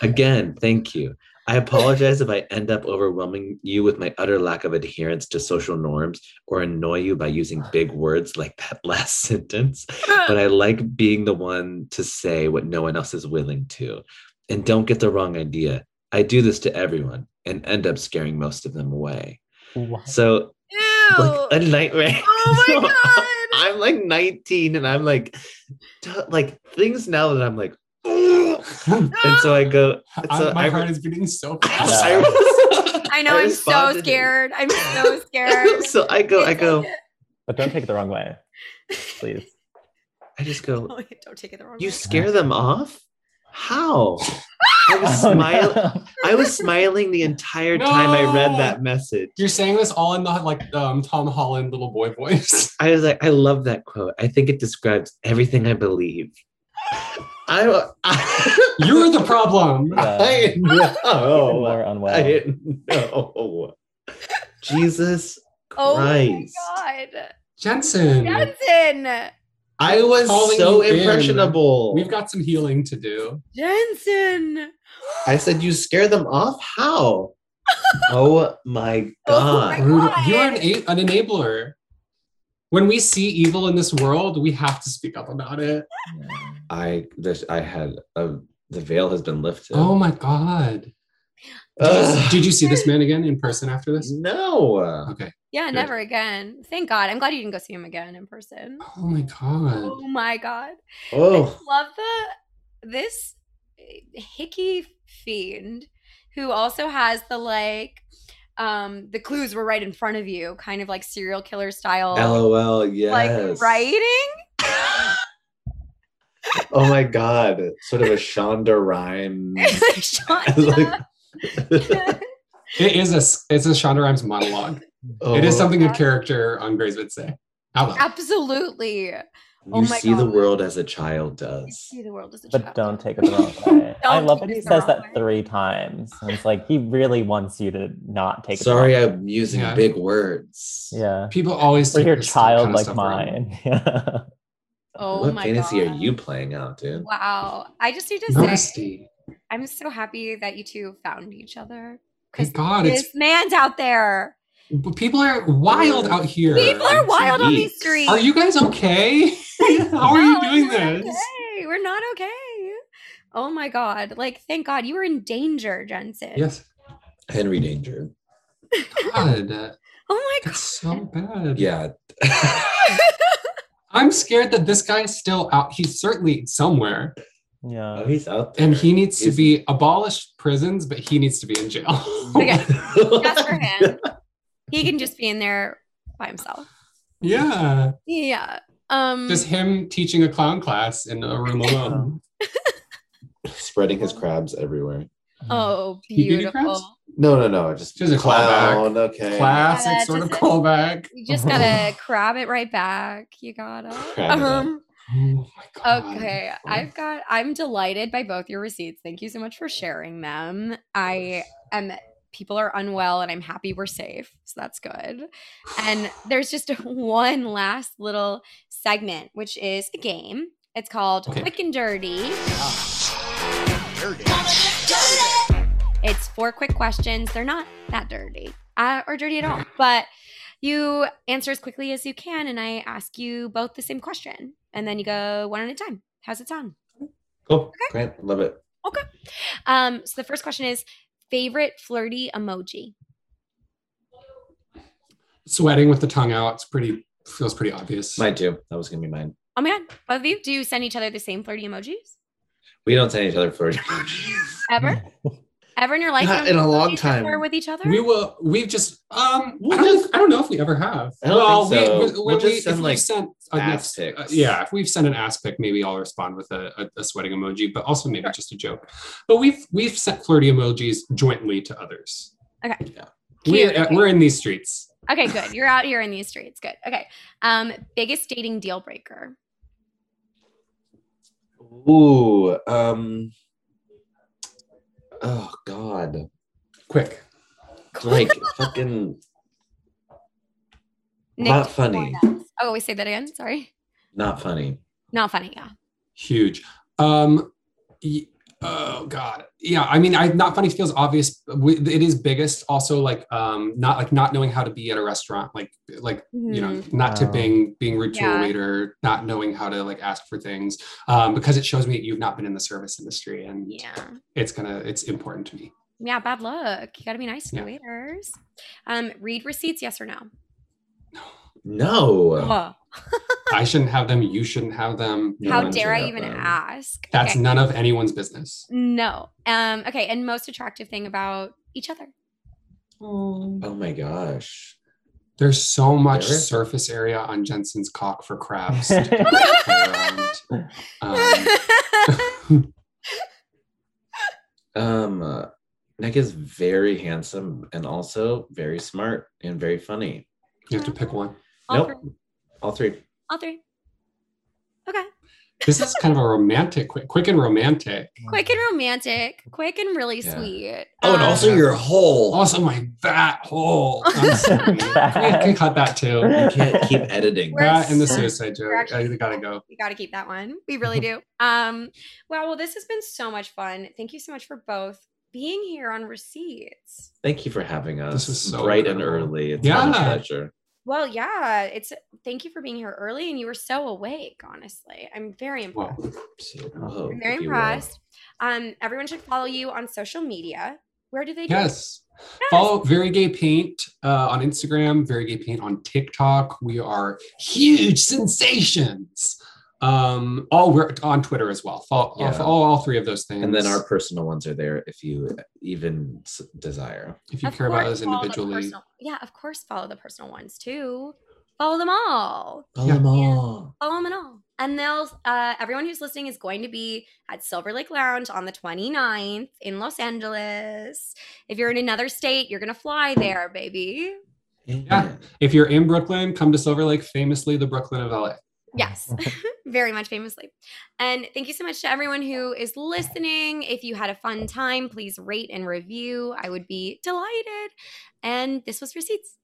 D: Again, thank you. I apologize if I end up overwhelming you with my utter lack of adherence to social norms or annoy you by using big words like that last *laughs* sentence, but I like being the one to say what no one else is willing to. And don't get the wrong idea. I do this to everyone and end up scaring most of them away.
B: What?
D: So
E: Ew.
D: like a nightmare.
E: Oh
D: *laughs*
E: my
D: So,
E: God.
D: I'm like 19 and I'm like, t- like things now that I'm like, and so I go. and So
C: I- my
D: I,
C: heart is beating so
B: Yeah.
C: fast.
D: *laughs* I-
A: I know.
D: I
A: I'm so
D: responded.
A: scared. I'm
D: *laughs*
A: so scared. *laughs*
D: so I go. I go.
B: But don't take it the wrong way,
D: *laughs*
B: please.
D: I just go.
A: Oh, Don't take it the wrong
D: You
A: way.
D: scare them off?
A: *laughs*
D: How? I was
C: Oh,
D: smiling.
B: *laughs*
D: I was smiling the entire time I read
C: No.
D: that message.
C: You're saying this all in the like um, Tom Holland little boy voice. *laughs*
D: I was like, I love that quote. I think it describes everything I believe. *laughs* I. I
C: You're the problem. *laughs*
D: I *laughs*
B: Oh,
D: know.
B: more unwell.
D: I didn't know. Jesus
A: *laughs* Oh my
D: Christ.
A: god,
C: Jensen,
A: Jensen!
D: I was
C: Calling
D: so
C: you in.
D: impressionable.
C: we've got some healing to do.
A: Jensen!
D: I said, You scare them off?
A: *laughs*
D: How? oh my
A: Oh
D: God.
A: my-
C: Brutal.
A: God.
C: You're an, a- an enabler. When we see evil in this world, we have to speak up about it.
D: I this I had a, the veil has been lifted.
C: Oh my God.
D: Ugh.
C: Did you see this man again in person after this?
D: No.
C: Okay.
A: Yeah,
C: Good.
A: never again. Thank God. I'm glad you didn't go see him again in person.
C: Oh my God.
A: Oh my god. I
D: Oh.
A: just love the this hickey fiend who also has the like um the clues were right in front of you, kind of like serial killer style
D: LOL,
A: like
D: Oh, yes.
A: writing. *laughs*
D: Oh my god. Sort of a Shonda Rhimes. *laughs*
A: It's like Shonda.
C: It is a s- it's a Shonda Rhimes monologue. It is
D: Oh,
C: something a character on Grays would say. Out loud.
A: *laughs* Absolutely.
D: *laughs*
A: Oh
D: You
A: my
D: see the
A: God.
D: world as a child does.
A: See the world as a
B: But
A: child.
B: don't take it the wrong way. I
A: *laughs* Don't
B: love
A: take
B: that he
A: it the
B: says
A: wrong
B: that
A: way.
B: three times. And it's like he really wants you to not take it. the
D: Sorry,
B: wrong way.
D: I'm using
C: Yeah.
D: big words.
B: Yeah.
C: People always
B: For
C: take
B: your
C: this kind
B: child
C: of
B: like
C: stuff wrong.
B: mine. *laughs* Yeah.
A: Oh
D: what
A: my
D: fantasy
A: God.
D: are you playing out, dude?
A: Wow. I just need to say
C: Modesty.
A: I'm so happy that you two found each other. Because
C: Thank God.
A: this
C: It's
A: man's out there.
C: but people are wild out here.
A: People are
D: It's
A: wild on these
D: weeks.
A: streets.
C: Are you guys
A: *laughs*
C: okay? *laughs* How are
A: No,
C: you doing
A: we're not
C: this?
A: Okay. We're not okay. Oh my God. Like, thank God you were in danger, Jensen.
C: Yes.
D: Henry Danger.
C: God.
A: Oh my
C: That's so
B: *laughs*
C: bad.
D: Yeah.
C: I'm scared that this guy's still out. He's certainly somewhere.
D: oh,
B: Yeah.
D: he's out there.
C: And
D: *laughs*
C: he needs to
D: He's-
C: be abolished prisons, but he needs to be in jail.
A: *laughs* Okay. God. Just for him. He can just be in there by himself.
C: *laughs* yeah.
A: Yeah. Um
C: Just him teaching a clown class in a room alone.
D: Spreading his crabs everywhere.
A: *laughs* oh
C: Beauty Crabs?
A: beautiful.
D: No, no, no. Just
C: Just a
D: clown. Okay.
C: Classic
A: Yeah,
C: sort of
A: just a-
C: callback.
A: You just
C: Uh-huh.
A: gotta crab it right back. You gotta.
D: Crab it up.
A: Um,
C: *laughs* Oh my god.
A: Okay, I've got. I'm delighted by both your receipts. Thank you so much for sharing them. I am. People are unwell, and I'm happy we're safe. So that's good. And there's just *laughs* one last little segment, which is a game. It's called
C: Okay.
A: Quick and Dirty. It's four quick questions. They're not that dirty uh, or dirty at all, but you answer as quickly as you can. And I ask you both the same question. And then you go one at a time. How's it sound?
D: Cool. Great. Oh, Love it.
A: Um, so the first question is favorite flirty emoji.
C: Sweating with the tongue out. It's pretty feels pretty obvious.
D: Mine too. That was gonna be mine.
A: Oh my god, both of you, do you send each other the same flirty emojis
D: We don't send each other flirty.
A: *laughs* ever? ever in your life?
D: Not
A: you don't
D: in a long
A: each other
D: time.
A: with each other?
C: We will. We've just. Um.
D: We'll
C: I, don't,
D: just-
C: I don't know if we ever have.
D: I don't think so.
C: we,
D: We'll
C: when
D: just
C: we-
D: send,
C: if
D: like,
C: we've sent a next-
D: ass
C: uh,
D: pics.
C: yeah, if we've sent an ass pic, maybe I'll respond with a, a, a sweating emoji, but also maybe just a joke. But we've we've sent flirty emojis jointly to others.
A: Okay.
C: Yeah. We,
A: Cute.
C: uh, we're in these streets.
A: okay, good. You're out here in these streets. Good. Okay. Um, biggest dating deal breaker.
D: Ooh. Um. Oh God.
C: Quick.
A: *laughs*
D: Like fucking
A: do
D: not
A: you want
D: funny.
A: that? Oh, we say that again. Sorry.
D: Not funny.
A: Not funny. Yeah.
C: Huge. Um. y- oh God. Yeah. I mean, I not funny feels obvious. We, it is biggest. Also, like um, not like not knowing how to be at a restaurant. Like like you know not
B: Wow.
C: tipping being rude to
A: Mm. Yeah.
C: a waiter not knowing how to like ask for things um, because it shows me that you've not been in the service industry and
A: Mm-hmm. Yeah.
C: it's gonna it's important to me
A: Yeah. Bad luck. You got to be nice to
C: Yeah.
A: the waiters. Um, read receipts. Yes or no?
D: No.
A: Ugh.
C: i shouldn't have them you shouldn't have them no
A: How
C: one
D: I'm
A: dare
D: sure
C: should.
A: I
D: about
A: even
D: that.
A: ask?
C: that's
A: okay.
C: none of anyone's business
A: no. Um. Okay. And most attractive thing about each other.
D: Oh my gosh.
C: there's so much
D: There is-
C: surface area on jensen's cock for
D: *laughs*
B: *laughs*
C: crabs to play around. Um,
D: Um. uh, Nick is very handsome and also very smart and very funny.
C: you have to pick one
A: all,
D: nope.
A: three,
D: All three.
A: all three. Okay.
C: this is kind of a romantic quick, quick and romantic
A: Quick and romantic. Quick and really
D: Yeah.
A: sweet.
D: Oh, and
A: Um,
D: also you're whole.
C: also my fat hole I'm sorry. we can cut that too
D: I can't
A: *laughs*
D: keep editing.
A: We're
C: That and the
A: so-
C: suicide joke.
A: we're actually-
C: I gotta go.
A: We got to keep that one. We
C: *laughs*
A: really do. Um, wow. Well, this has been so much fun. Thank you so much for both being here on Receipts.
D: Thank you for having us.
C: This was so
D: bright and
C: incredible.
D: early. It's yeah. been a
C: Yeah.
D: pleasure.
A: Well, yeah. It's thank you for being here early, and you were so awake. Honestly, I'm very impressed.
C: Well,
D: Whoa,
A: I'm very
D: oh, if you will.
A: impressed. Um, everyone should follow you on social media. Where do they? do it?
C: yes. Follow Very Gay Paint uh, on Instagram, Very Gay Paint on TikTok. We are huge sensations. Um, all we're on Twitter as well. Follow,
D: Yeah.
C: follow all three of those things.
D: And then our personal ones are there if you even s- desire.
C: if you
A: Of
C: care about
A: course,
C: those
A: follow the
C: individually,
A: personal- yeah, of course, follow the personal ones too. Follow them all.
D: Follow
C: Yeah.
D: them all.
A: Follow them all. And they'll, uh, everyone who's listening is going to be at Silver Lake Lounge on the 29th in Los Angeles. If you're in another state, you're going to fly there, baby.
C: Yeah. if you're in Brooklyn, come to Silver Lake, famously the Brooklyn of LA.
A: Yes, *laughs* very much famously. And thank you so much to everyone who is listening. If you had a fun time, please rate and review. I would be delighted. And this was Receipts.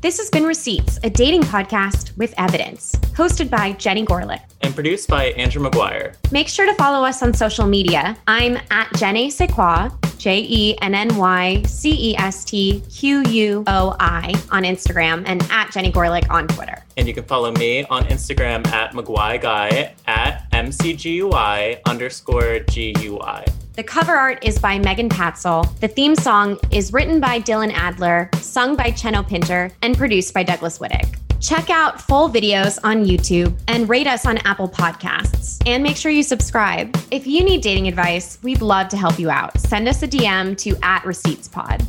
A: This has been Receipts, a dating podcast with evidence, hosted by Jenny Gorlick.
B: and produced by Andrew McGuire.
A: Make sure to follow us on social media. I'm at Jenny Sequoia, J E N N Y C E S T Q U O I on Instagram and at Jenny Gorlick on Twitter.
B: And you can follow me on Instagram at McGuire Guy at MCGUI underscore GUI.
A: The cover art is by Megan Patzel. The theme song is written by Dylan Adler, sung by Cheno Pinter, and produced by Douglas Whittick. Check out full videos on YouTube and rate us on Apple Podcasts. And make sure you subscribe. If you need dating advice, we'd love to help you out. Send us a DM to at receiptspod.